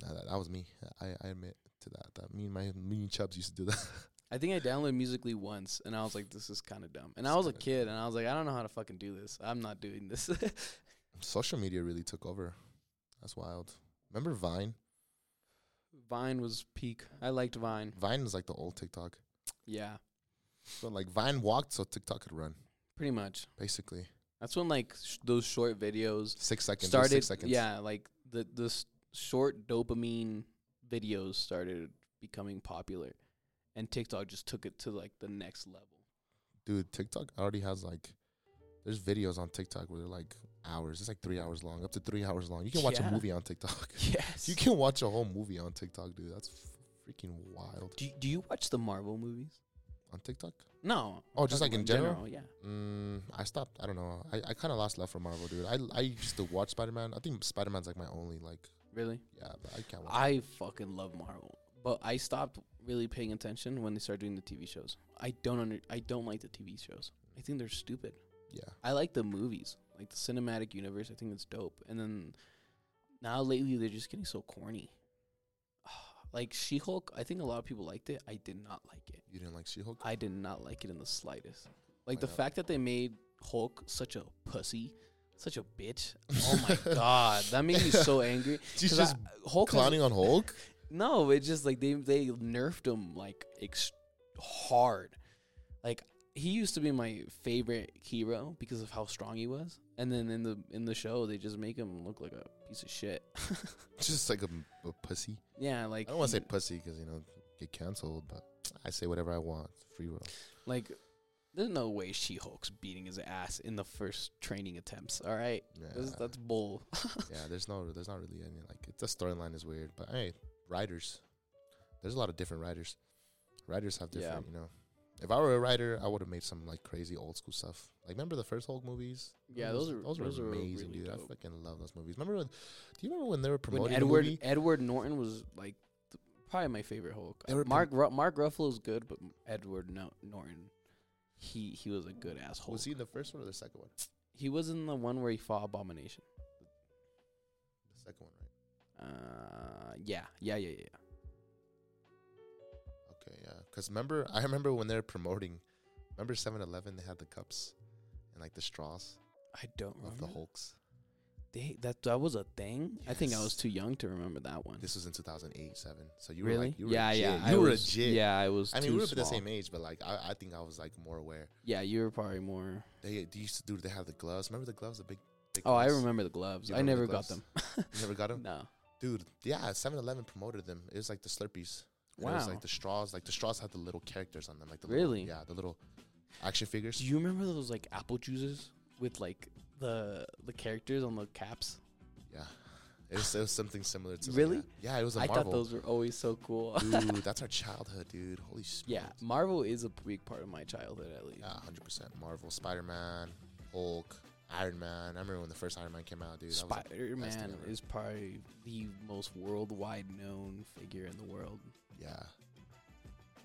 Speaker 2: Nah, that, that was me. I, I admit to that. That me and my me and Chubbs used to do that.
Speaker 1: I think I downloaded Musically once and I was like, this is kind of dumb. And I
Speaker 2: It's
Speaker 1: was a
Speaker 2: kinda
Speaker 1: kid and I was like, I don't know how to fucking do this. I'm not doing this.
Speaker 2: Social media really took over. That's wild. Remember Vine?
Speaker 1: Vine was peak. I liked Vine.
Speaker 2: Vine is like the old TikTok.
Speaker 1: Yeah,
Speaker 2: But like Vine walked so TikTok could run,
Speaker 1: pretty much.
Speaker 2: basically.
Speaker 1: That's when like sh- those short videos
Speaker 2: Six seconds. just
Speaker 1: started
Speaker 2: six seconds.
Speaker 1: yeah like the the s- short dopamine videos started becoming popular and tiktok just took it to like the next level
Speaker 2: Dude, TikTok already has like there's videos on TikTok where they're like hours. It's like three hours long, up to three hours long. You can watch
Speaker 1: Yeah.
Speaker 2: a movie on TikTok.
Speaker 1: Yes.
Speaker 2: you can watch a whole movie on TikTok, dude. That's f- freaking wild.
Speaker 1: do, do you watch the Marvel movies?
Speaker 2: On TikTok?
Speaker 1: No.
Speaker 2: Oh,
Speaker 1: I'm
Speaker 2: just,
Speaker 1: talking
Speaker 2: like, in
Speaker 1: about
Speaker 2: general?
Speaker 1: Yeah.
Speaker 2: Mm, I stopped. I don't know. I, I kind of lost love for Marvel, dude. I I used to watch Spider Man. I think Spider Man's like my only like
Speaker 1: Really?
Speaker 2: yeah, but I can't watch.
Speaker 1: I fucking love Marvel, but I stopped really paying attention when they started doing the TV shows. I don't under, I don't like the TV shows. I think they're stupid.
Speaker 2: yeah,
Speaker 1: I like the movies, like the cinematic universe. I think it's dope. And then now lately they're just getting so corny. like She-Hulk, I think a lot of people liked it. I did not like it.
Speaker 2: you didn't like She Hulk.
Speaker 1: I did not like it in the slightest. Like
Speaker 2: Why
Speaker 1: the
Speaker 2: not?
Speaker 1: fact that they made Hulk such a pussy, such a bitch. Oh my god, that made me so angry.
Speaker 2: She's
Speaker 1: 'Cause I-
Speaker 2: just
Speaker 1: Hulk has-
Speaker 2: clowning on Hulk.
Speaker 1: no, it's just like they they nerfed him like ex- hard. Like he used to be my favorite hero because of how strong he was, and then in the in the show they just make him look like a piece of shit.
Speaker 2: just like a, m- a pussy.
Speaker 1: yeah, like
Speaker 2: I don't want to
Speaker 1: he-
Speaker 2: say pussy because you know get canceled, but I say whatever I want. Free will.
Speaker 1: like there's no way She Hulk's beating his ass in the first training attempts. All right,
Speaker 2: Yeah,
Speaker 1: This- that's bull.
Speaker 2: yeah. There's no, there's not really any like. It's, the storyline is weird, but hey, writers. There's a lot of different writers. Writers have
Speaker 1: Yeah.
Speaker 2: different, you know. If I were a writer, I would have made some like crazy old school stuff. Like remember the first Hulk movies?
Speaker 1: Yeah, those are- those are really
Speaker 2: dude.
Speaker 1: dope.
Speaker 2: I freaking love those movies. Remember when? Do you remember when they were promoting
Speaker 1: when
Speaker 2: the
Speaker 1: Edward
Speaker 2: movie?
Speaker 1: Edward Norton was like th- probably my favorite Hulk. Uh,
Speaker 2: They were
Speaker 1: Mark Ru- Mark Ruffalo's good, but Edward no- Norton, he he was a good ass Hulk.
Speaker 2: Was he in the first one or the second one?
Speaker 1: He was in the one where he fought Abomination.
Speaker 2: The second one, right?
Speaker 1: Uh, yeah, yeah, yeah, yeah.
Speaker 2: Okay, yeah. Because remember, I remember when they were promoting. Remember 7-Eleven? They had the cups and like the straws
Speaker 1: I don't
Speaker 2: of
Speaker 1: remember.
Speaker 2: the Hulks.
Speaker 1: They, that that was a thing. I think I was
Speaker 2: Yes.
Speaker 1: too young to remember that one.
Speaker 2: This was in 2008, 7. So you were
Speaker 1: really?
Speaker 2: like, you were
Speaker 1: yeah,
Speaker 2: a jit.
Speaker 1: yeah.
Speaker 2: You
Speaker 1: I
Speaker 2: were
Speaker 1: was,
Speaker 2: a jit.
Speaker 1: Yeah, I was.
Speaker 2: I mean, we
Speaker 1: too
Speaker 2: were the
Speaker 1: small.
Speaker 2: same age, but like, I, I think I was like more aware.
Speaker 1: Yeah, you were probably more.
Speaker 2: They, they used to do, they had the gloves. Remember the gloves? The big, big
Speaker 1: Oh, I
Speaker 2: gloves?
Speaker 1: remember the gloves.
Speaker 2: You
Speaker 1: I
Speaker 2: remember
Speaker 1: never
Speaker 2: the
Speaker 1: got them.
Speaker 2: gloves? You never got them?
Speaker 1: no.
Speaker 2: Dude, yeah, 7 Eleven promoted them. It was like the Slurpees. And It was
Speaker 1: Wow.
Speaker 2: like the straws. Like the straws had the little characters on them. like the
Speaker 1: Really?
Speaker 2: Little, yeah, the little action figures.
Speaker 1: Do you remember those like apple juices with like the the characters on the caps?
Speaker 2: yeah. It was, it was something similar to like
Speaker 1: Really?
Speaker 2: that. Yeah, it was a
Speaker 1: I
Speaker 2: Marvel.
Speaker 1: thought those were always so cool.
Speaker 2: dude, that's our childhood, dude. Holy smokes.
Speaker 1: yeah, Marvel is a big part of my childhood at least.
Speaker 2: Yeah, 100%. Marvel, Spider Man, Hulk, Iron Man. I remember when the first Iron Man came out, dude. I was like,
Speaker 1: Spider Man
Speaker 2: ever.
Speaker 1: is probably the most worldwide known figure in the world.
Speaker 2: yeah.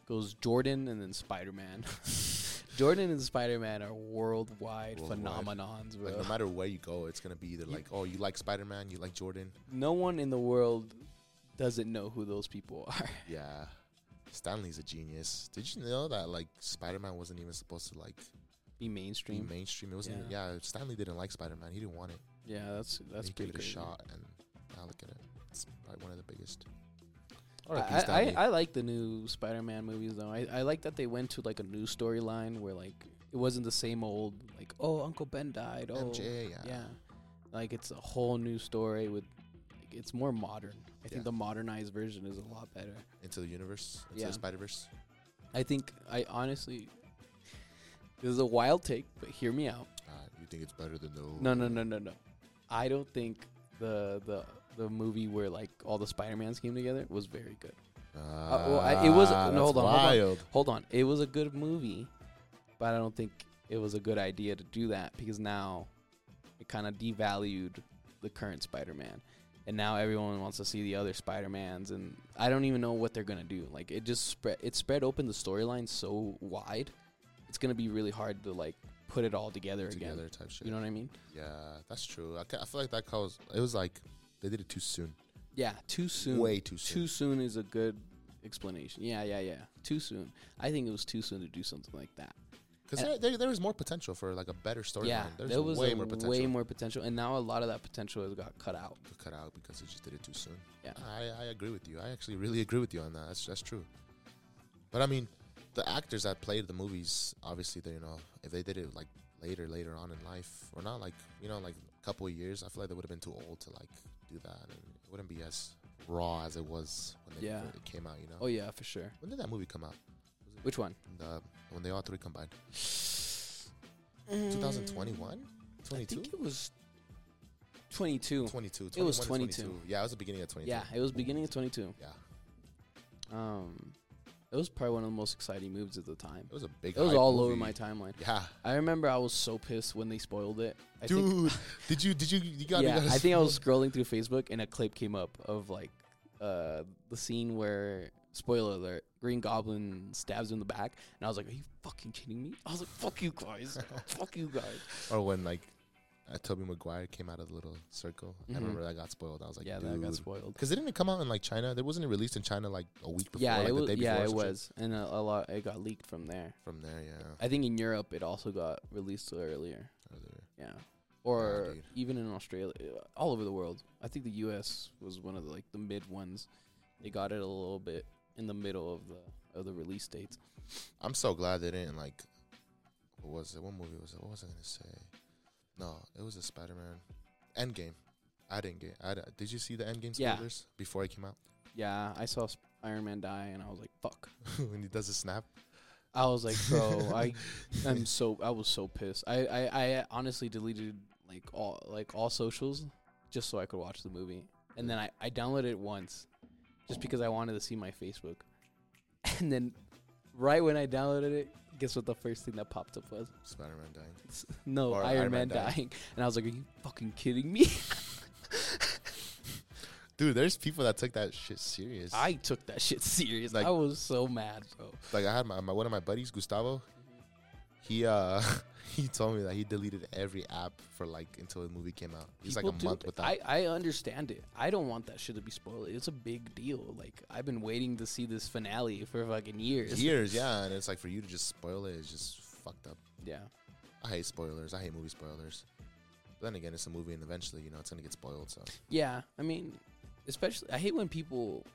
Speaker 1: Goes Jordan and then Spider Man. Jordan and Spider Man are worldwide,
Speaker 2: Worldwide.
Speaker 1: phenomenons, bro.
Speaker 2: Like, no matter where you go, it's going to be either
Speaker 1: You-
Speaker 2: like, oh, you like Spider Man, you like Jordan.
Speaker 1: no one in the world doesn't know who those people are.
Speaker 2: Yeah. Stanley's a genius. Did you know that like Spider Man wasn't even supposed to like
Speaker 1: Be
Speaker 2: be
Speaker 1: mainstream.
Speaker 2: mainstream? It wasn't. Even, yeah, Stanley didn't like Spider Man. He didn't want it.
Speaker 1: yeah, that's that's
Speaker 2: he
Speaker 1: pretty
Speaker 2: gave it a
Speaker 1: crazy.
Speaker 2: shot, and now look at it. It's probably one of the biggest.
Speaker 1: I,
Speaker 2: R.I.P.
Speaker 1: I,
Speaker 2: Stanley.
Speaker 1: I, I like the new Spider-Man movies though. I, I like that they went to like a new storyline where like it wasn't the same old like oh Uncle Ben died oh
Speaker 2: MJ, yeah.
Speaker 1: yeah like it's a whole new story with like, it's more modern. I
Speaker 2: Yeah.
Speaker 1: think the modernized version is a lot better.
Speaker 2: Into the universe, into
Speaker 1: Yeah.
Speaker 2: the Spider Verse.
Speaker 1: I think I honestly this is a wild take, but hear me out.
Speaker 2: Uh, you think it's better than the old
Speaker 1: No no no no no. I don't think the the the movie where like all the Spider-Mans came together was very good.
Speaker 2: Uh,
Speaker 1: well, I- it was- no, hold on, hold on.
Speaker 2: Wild.
Speaker 1: hold on it was a good movie but i don't think it was a good idea to do that because now it kind of devalued the current spider-man and now everyone wants to see the other spider-mans and i don't even know what they're gonna do like it just spread it spread open the storyline so wide it's gonna be really hard to like put it all together,
Speaker 2: Together
Speaker 1: again
Speaker 2: type shit.
Speaker 1: you know what i mean
Speaker 2: yeah, that's true. I, ca- I feel like that caused. It was like they did it too soon.
Speaker 1: yeah too soon
Speaker 2: Way too soon.
Speaker 1: too soon is a good explanation yeah yeah yeah too soon i think it was too soon to do something like that
Speaker 2: Because there, there, there was more potential for like a better storyline.
Speaker 1: Yeah,
Speaker 2: There's
Speaker 1: there was
Speaker 2: way
Speaker 1: a
Speaker 2: more potential
Speaker 1: way more potential, and now a lot of that potential has got cut out.
Speaker 2: to cut out because they just did it too soon.
Speaker 1: Yeah.
Speaker 2: I, I agree with you. I actually really agree with you on that. That's that's true. But I mean, the actors that played the movies, obviously, they you know, if they did it like later, later on in life, or not like you know, like a couple of years, I feel like they would have been too old to like do that, and it wouldn't be as raw as it was when they
Speaker 1: Yeah.
Speaker 2: it came out. You know,
Speaker 1: Oh yeah, for sure.
Speaker 2: when did that movie come out?
Speaker 1: Which one?
Speaker 2: The, when they all three combined, 2021,
Speaker 1: Mm. I
Speaker 2: 22.
Speaker 1: think it was 22.
Speaker 2: 22. 21,
Speaker 1: It was
Speaker 2: 22.
Speaker 1: 22.
Speaker 2: Yeah, it was the beginning of 22.
Speaker 1: Yeah, it was beginning of 22.
Speaker 2: Yeah.
Speaker 1: Um, it was probably one of the most exciting moves at the time.
Speaker 2: It was a big
Speaker 1: It was
Speaker 2: hype
Speaker 1: all
Speaker 2: movie.
Speaker 1: over my timeline.
Speaker 2: Yeah.
Speaker 1: I remember I was so pissed when they spoiled it. I think,
Speaker 2: Dude, did you did you you got
Speaker 1: yeah,
Speaker 2: you got
Speaker 1: I think I was scrolling through Facebook and a clip came up of like uh the scene where spoiler alert, Green Goblin stabs him in the back, and I was like, "Are you fucking kidding me?" I was like, "Fuck you guys, fuck you guys."
Speaker 2: or when like uh, Toby Maguire came out of the little circle. I
Speaker 1: Mhm.
Speaker 2: remember that got spoiled. I was like,
Speaker 1: yeah,
Speaker 2: dude.
Speaker 1: that got spoiled.
Speaker 2: Because didn't it come out in like China? There wasn't it released in China like a week before,
Speaker 1: Yeah,
Speaker 2: like
Speaker 1: it
Speaker 2: the
Speaker 1: was.
Speaker 2: day before.
Speaker 1: Yeah,
Speaker 2: or
Speaker 1: it
Speaker 2: some shit?
Speaker 1: was, and a, a lot. It got leaked from there.
Speaker 2: From there, yeah.
Speaker 1: I think in Europe it also got released earlier.
Speaker 2: Earlier.
Speaker 1: Yeah. Or
Speaker 2: dude.
Speaker 1: even in Australia, all over the world. I think the U.S. was one of the, like the mid ones. They got it a little bit in the middle of the of the release dates.
Speaker 2: I'm so glad they didn't like. What was it? What movie was it? What was I gonna say? No, it was a Spider-Man, Endgame. I didn't get. I d did you see the Endgame
Speaker 1: Yeah.
Speaker 2: spoilers before it came out?
Speaker 1: Yeah, I saw Sp- Iron Man die, and I was like, "Fuck!"
Speaker 2: when he does a snap.
Speaker 1: I was like, "Bro, I I'm so I was so pissed. I, I I honestly deleted like all like all socials just so I could watch the movie, and then I I downloaded it once just because I wanted to see my Facebook, and then right when I downloaded it, guess what the first thing that popped up was.
Speaker 2: Spider-Man dying.
Speaker 1: S- No, Iron,
Speaker 2: Or Iron
Speaker 1: Man,
Speaker 2: Man dying.
Speaker 1: dying. And I was like, Are you fucking kidding me?
Speaker 2: Dude, there's people that took that shit serious.
Speaker 1: I took that shit serious.
Speaker 2: Like-
Speaker 1: I was so mad, bro.
Speaker 2: like I had my, my one of my buddies, Gustavo. He uh he told me that he deleted every app for like until the movie came out. He's like
Speaker 1: People
Speaker 2: a
Speaker 1: do-
Speaker 2: month without.
Speaker 1: I, I understand it. I don't want that shit to be spoiled. It's a big deal. Like I've been waiting to see this finale for fucking years.
Speaker 2: years, yeah, and it's like for you to just spoil it is just fucked up.
Speaker 1: Yeah.
Speaker 2: I hate spoilers. I hate movie spoilers. But then again, it's a movie, and eventually, you know, it's gonna get spoiled. So
Speaker 1: Yeah. I mean, especially I hate when people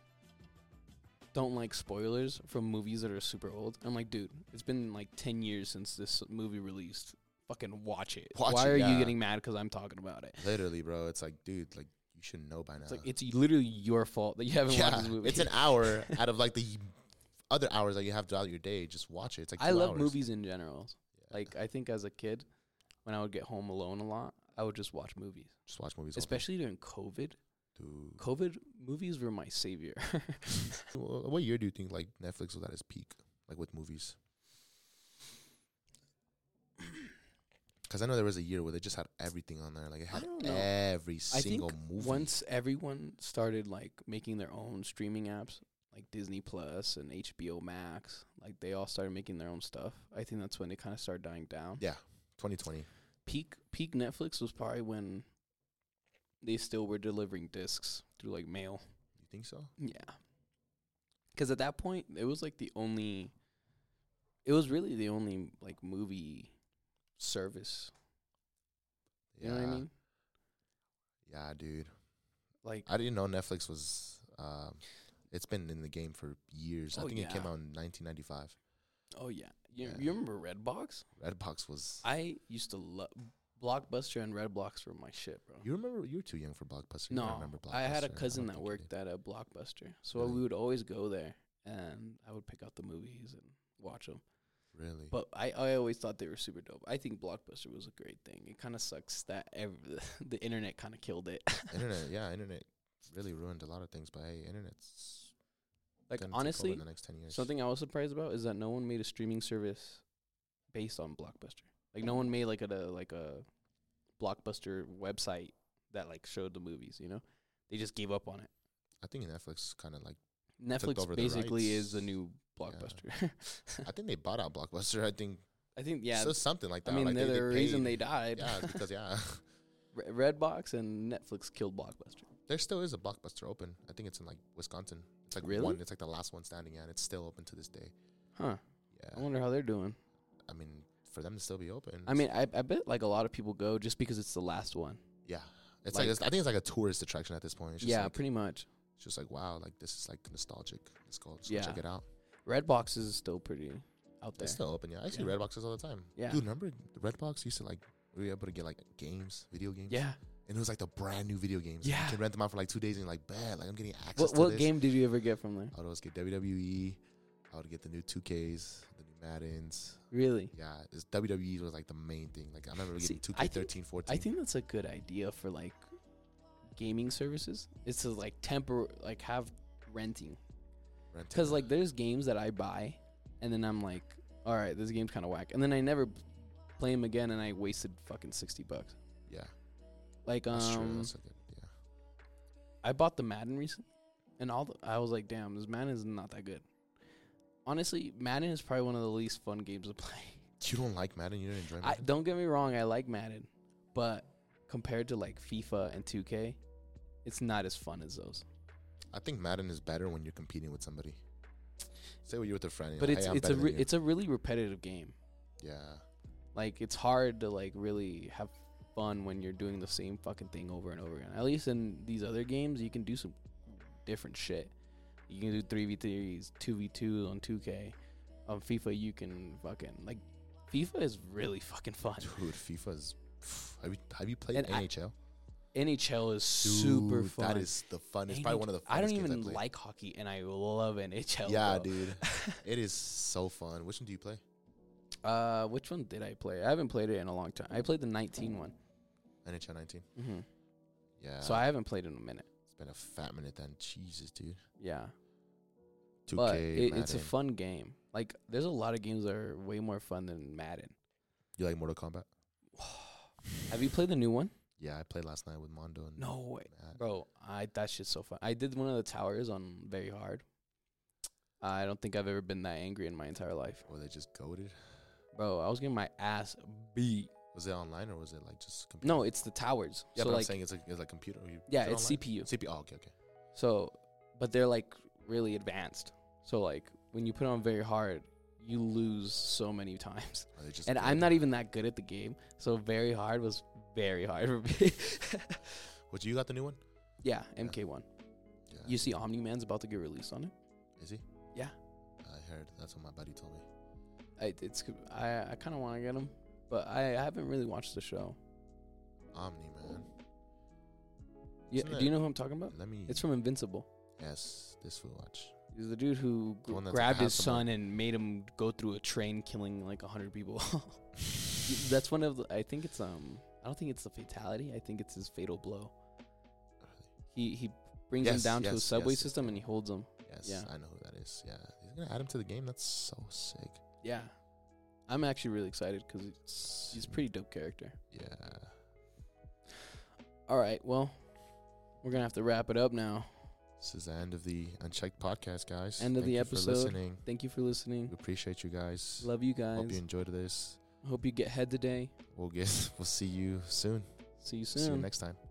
Speaker 1: don't like spoilers from movies that are super old. I'm like, dude, it's been like 10 years since this movie released. Fucking watch it.
Speaker 2: Watch
Speaker 1: Why
Speaker 2: it,
Speaker 1: are
Speaker 2: yeah.
Speaker 1: you getting mad because I'm talking about it?
Speaker 2: literally, bro, it's like, dude, like you should know by now.
Speaker 1: It's like it's literally your fault that you haven't
Speaker 2: yeah,
Speaker 1: watched this movie.
Speaker 2: it's an hour out of like the other hours that you have throughout your day. Just watch it. It's like
Speaker 1: I
Speaker 2: two
Speaker 1: love
Speaker 2: hours.
Speaker 1: movies in general.
Speaker 2: Yeah,
Speaker 1: Like I think as a kid, when I would get home alone a lot, I would just watch movies.
Speaker 2: just watch movies. all day.
Speaker 1: Especially during COVID.
Speaker 2: Dude.
Speaker 1: COVID movies were my savior.
Speaker 2: Wh- What year do you think like Netflix was at its peak, like with movies? Because I know there was a year where they just had everything on there. Like it had
Speaker 1: don't know.
Speaker 2: every
Speaker 1: I
Speaker 2: single
Speaker 1: think
Speaker 2: movie.
Speaker 1: once everyone started like making their own streaming apps, like Disney Plus and HBO Max, like they all started making their own stuff. I think that's when it kind of started dying down.
Speaker 2: 2020.
Speaker 1: peak peak Netflix was probably when they still were delivering discs through like mail.
Speaker 2: You think so?
Speaker 1: Yeah. Cuz at that point it was like the only it was really the only like movie service. You know what I mean?
Speaker 2: Yeah, dude.
Speaker 1: Like
Speaker 2: I didn't know Netflix was. Um, it's been in the game for years. I
Speaker 1: Oh,
Speaker 2: think it came
Speaker 1: yeah.
Speaker 2: out in 1995.
Speaker 1: oh yeah. You,
Speaker 2: Yeah.
Speaker 1: you remember Redbox?
Speaker 2: Redbox was.
Speaker 1: I used to love Blockbuster and Redbox were my shit, bro.
Speaker 2: you remember? You were too young for Blockbuster. You don't
Speaker 1: no,
Speaker 2: remember Blockbuster.
Speaker 1: I had a
Speaker 2: don't
Speaker 1: cousin that
Speaker 2: think you
Speaker 1: worked at a Blockbuster, so
Speaker 2: Really?
Speaker 1: we would always go there, and I would pick out the movies and watch them.
Speaker 2: did. Really?
Speaker 1: But I, I always thought they were super dope. I think Blockbuster was a great thing. It kind of sucks that ev- the internet kind of killed it.
Speaker 2: internet, yeah, internet really ruined a lot of things. But hey, internet's
Speaker 1: like
Speaker 2: gonna take over in
Speaker 1: honestly,
Speaker 2: the next 10 years.
Speaker 1: something I was surprised about is that no one made a streaming service based on Blockbuster. Like no one made like a like a Blockbuster website that like showed the movies. You know, they just gave up on it.
Speaker 2: I think Netflix kind of like over
Speaker 1: Netflix
Speaker 2: the
Speaker 1: basically is the
Speaker 2: rights.
Speaker 1: new
Speaker 2: Yeah.
Speaker 1: Blockbuster.
Speaker 2: I think they bought out Blockbuster. I think
Speaker 1: I think yeah.
Speaker 2: yeah, so something like that.
Speaker 1: I mean,
Speaker 2: like
Speaker 1: they're the reason
Speaker 2: paid.
Speaker 1: they died.
Speaker 2: yeah, it's because yeah,
Speaker 1: Re- Redbox and Netflix killed Blockbuster.
Speaker 2: there still is a Blockbuster open. I think it's in like Wisconsin. It's like
Speaker 1: Really?
Speaker 2: one. It's like the last one standing. Yeah, and it's still open to this day.
Speaker 1: Huh. I
Speaker 2: Yeah,
Speaker 1: wonder how they're doing.
Speaker 2: I mean, for them to still be open.
Speaker 1: I mean, I, I bet like a lot of people go just because it's the last one.
Speaker 2: yeah, it's like,
Speaker 1: like-
Speaker 2: it's, I think it's like a tourist attraction at this point. It's just
Speaker 1: Yeah,
Speaker 2: like,
Speaker 1: pretty much.
Speaker 2: it's just like wow, like this is like nostalgic. Let's go, let's go
Speaker 1: Yeah.
Speaker 2: check it out.
Speaker 1: Redbox is still pretty out there.
Speaker 2: It's still open. Yeah, I see
Speaker 1: Yeah.
Speaker 2: red boxes all the time.
Speaker 1: Yeah.
Speaker 2: dude, remember the red box used to like we were able to get like games, video games.
Speaker 1: yeah.
Speaker 2: and it was like the brand new video games.
Speaker 1: Yeah.
Speaker 2: you can rent them out for like two days and you're like, bad, like I'm getting access.
Speaker 1: What
Speaker 2: to
Speaker 1: what
Speaker 2: this.
Speaker 1: game did you ever get from there?
Speaker 2: I would always get WWE. I would get the new 2Ks, the new Maddens.
Speaker 1: Really?
Speaker 2: Yeah, it's E WWE was like the main thing. Like I remember
Speaker 1: See,
Speaker 2: getting
Speaker 1: I think-
Speaker 2: 2K13, 14.
Speaker 1: I think that's a good idea for like gaming services is to like temper like have renting
Speaker 2: Renting
Speaker 1: because
Speaker 2: it.
Speaker 1: like there's games that I buy and then I'm like, all right, this game's kind of whack, and then I never play them again, and I wasted fucking sixty bucks.
Speaker 2: yeah,
Speaker 1: Like
Speaker 2: that's true.
Speaker 1: um,
Speaker 2: That's a good, yeah,
Speaker 1: I bought the Madden recently, and all the, I was like, damn, this Madden is not that good. Honestly, Madden is probably one of the least fun games to play.
Speaker 2: you don't like Madden. You didn't enjoy
Speaker 1: I
Speaker 2: Madden.
Speaker 1: don't get me wrong, I like Madden, but compared to like FIFA and 2K, it's not as fun as those.
Speaker 2: I, think Madden is better when you're competing with somebody. Say when you're with a friend. you
Speaker 1: but
Speaker 2: know,
Speaker 1: it's
Speaker 2: "Hey, I'm
Speaker 1: it's a
Speaker 2: better
Speaker 1: re-
Speaker 2: than you."
Speaker 1: it's a really repetitive game.
Speaker 2: yeah.
Speaker 1: Like it's hard to like really have fun when you're doing the same fucking thing over and over again. At least in these other games, you can do some different shit. You can do three v threes, two v twos on 2K. On FIFA, you can fucking like FIFA is really fucking fun.
Speaker 2: Dude, FIFA's. Have you have you played
Speaker 1: And I-
Speaker 2: NHL?
Speaker 1: NHL is super
Speaker 2: Dude,
Speaker 1: fun.
Speaker 2: That is the fun. It's probably one of the.
Speaker 1: I don't
Speaker 2: funnest games
Speaker 1: even
Speaker 2: played.
Speaker 1: like hockey, and I love NHL.
Speaker 2: Yeah,
Speaker 1: bro.
Speaker 2: dude, it is so fun. Which one do you play?
Speaker 1: Uh, which one did I play? I haven't played it in a long time. I played the 19 one.
Speaker 2: NHL 19.
Speaker 1: Mm-hmm.
Speaker 2: Yeah.
Speaker 1: so I haven't played in a minute.
Speaker 2: it's been a fat minute then. Jesus, dude.
Speaker 1: Yeah,
Speaker 2: 2K.
Speaker 1: but it, it's a
Speaker 2: Madden.
Speaker 1: fun game. Like, there's a lot of games that are way more fun than Madden.
Speaker 2: You like Mortal Kombat?
Speaker 1: Have you played the new one?
Speaker 2: Yeah, I played last night with Mondo and
Speaker 1: No way,
Speaker 2: Matt.
Speaker 1: bro. I that shit's so fun. I did one of the towers on very hard. I don't think I've ever been that angry in my entire life,
Speaker 2: Were they just goaded?
Speaker 1: bro. I was getting my ass beat.
Speaker 2: Was it online or was it like just computer?
Speaker 1: No, it's the towers. so
Speaker 2: Yeah, but I'm
Speaker 1: like,
Speaker 2: saying it's like, it's like computer. You
Speaker 1: yeah,
Speaker 2: is it
Speaker 1: it's CPU.
Speaker 2: online? CPU. Oh, okay, okay.
Speaker 1: So, but they're like really advanced. So like when you put on very hard, you lose so many times.
Speaker 2: Are they just
Speaker 1: And I'm
Speaker 2: goated?
Speaker 1: not e- even that good at the game, so very hard was very hard for me.
Speaker 2: What you got the new one?
Speaker 1: yeah, MK1.
Speaker 2: Yeah.
Speaker 1: You see Omni Man's about to get released on it.
Speaker 2: is he?
Speaker 1: Yeah.
Speaker 2: I heard. That's what my buddy told me.
Speaker 1: I, it's I I kind of want to get him, but I, I haven't really watched the show.
Speaker 2: Omni man.
Speaker 1: You,
Speaker 2: Isn't
Speaker 1: do you
Speaker 2: it-
Speaker 1: know who I'm talking about?
Speaker 2: Let me.
Speaker 1: Uh, It's from Invincible.
Speaker 2: yes. This will watch.
Speaker 1: He's the dude who
Speaker 2: The
Speaker 1: g-
Speaker 2: one that's
Speaker 1: grabbed his
Speaker 2: passed him on.
Speaker 1: son and made him go through a train, killing like hundred people. That's one of the, I think it's um I don't think it's the fatality. I think it's his fatal blow. He he brings him
Speaker 2: Yes,
Speaker 1: down to a
Speaker 2: yes,
Speaker 1: subway
Speaker 2: yes.
Speaker 1: system and he holds him.
Speaker 2: Yes,
Speaker 1: Yeah.
Speaker 2: I know who that is. Yeah, he's gonna add him to the game. That's so sick.
Speaker 1: Yeah. I'm actually really excited because he's a pretty dope character.
Speaker 2: Yeah.
Speaker 1: All right, well, we're gonna have to wrap it up now.
Speaker 2: This is the end of the Unchecked podcast, guys.
Speaker 1: End of
Speaker 2: Thank
Speaker 1: the
Speaker 2: you
Speaker 1: episode.
Speaker 2: For listening.
Speaker 1: Thank you for listening.
Speaker 2: We appreciate you guys.
Speaker 1: Love you guys.
Speaker 2: Hope you enjoyed this.
Speaker 1: Hope you get head today.
Speaker 2: We'll get. We'll see you soon.
Speaker 1: See you soon.
Speaker 2: See you next time.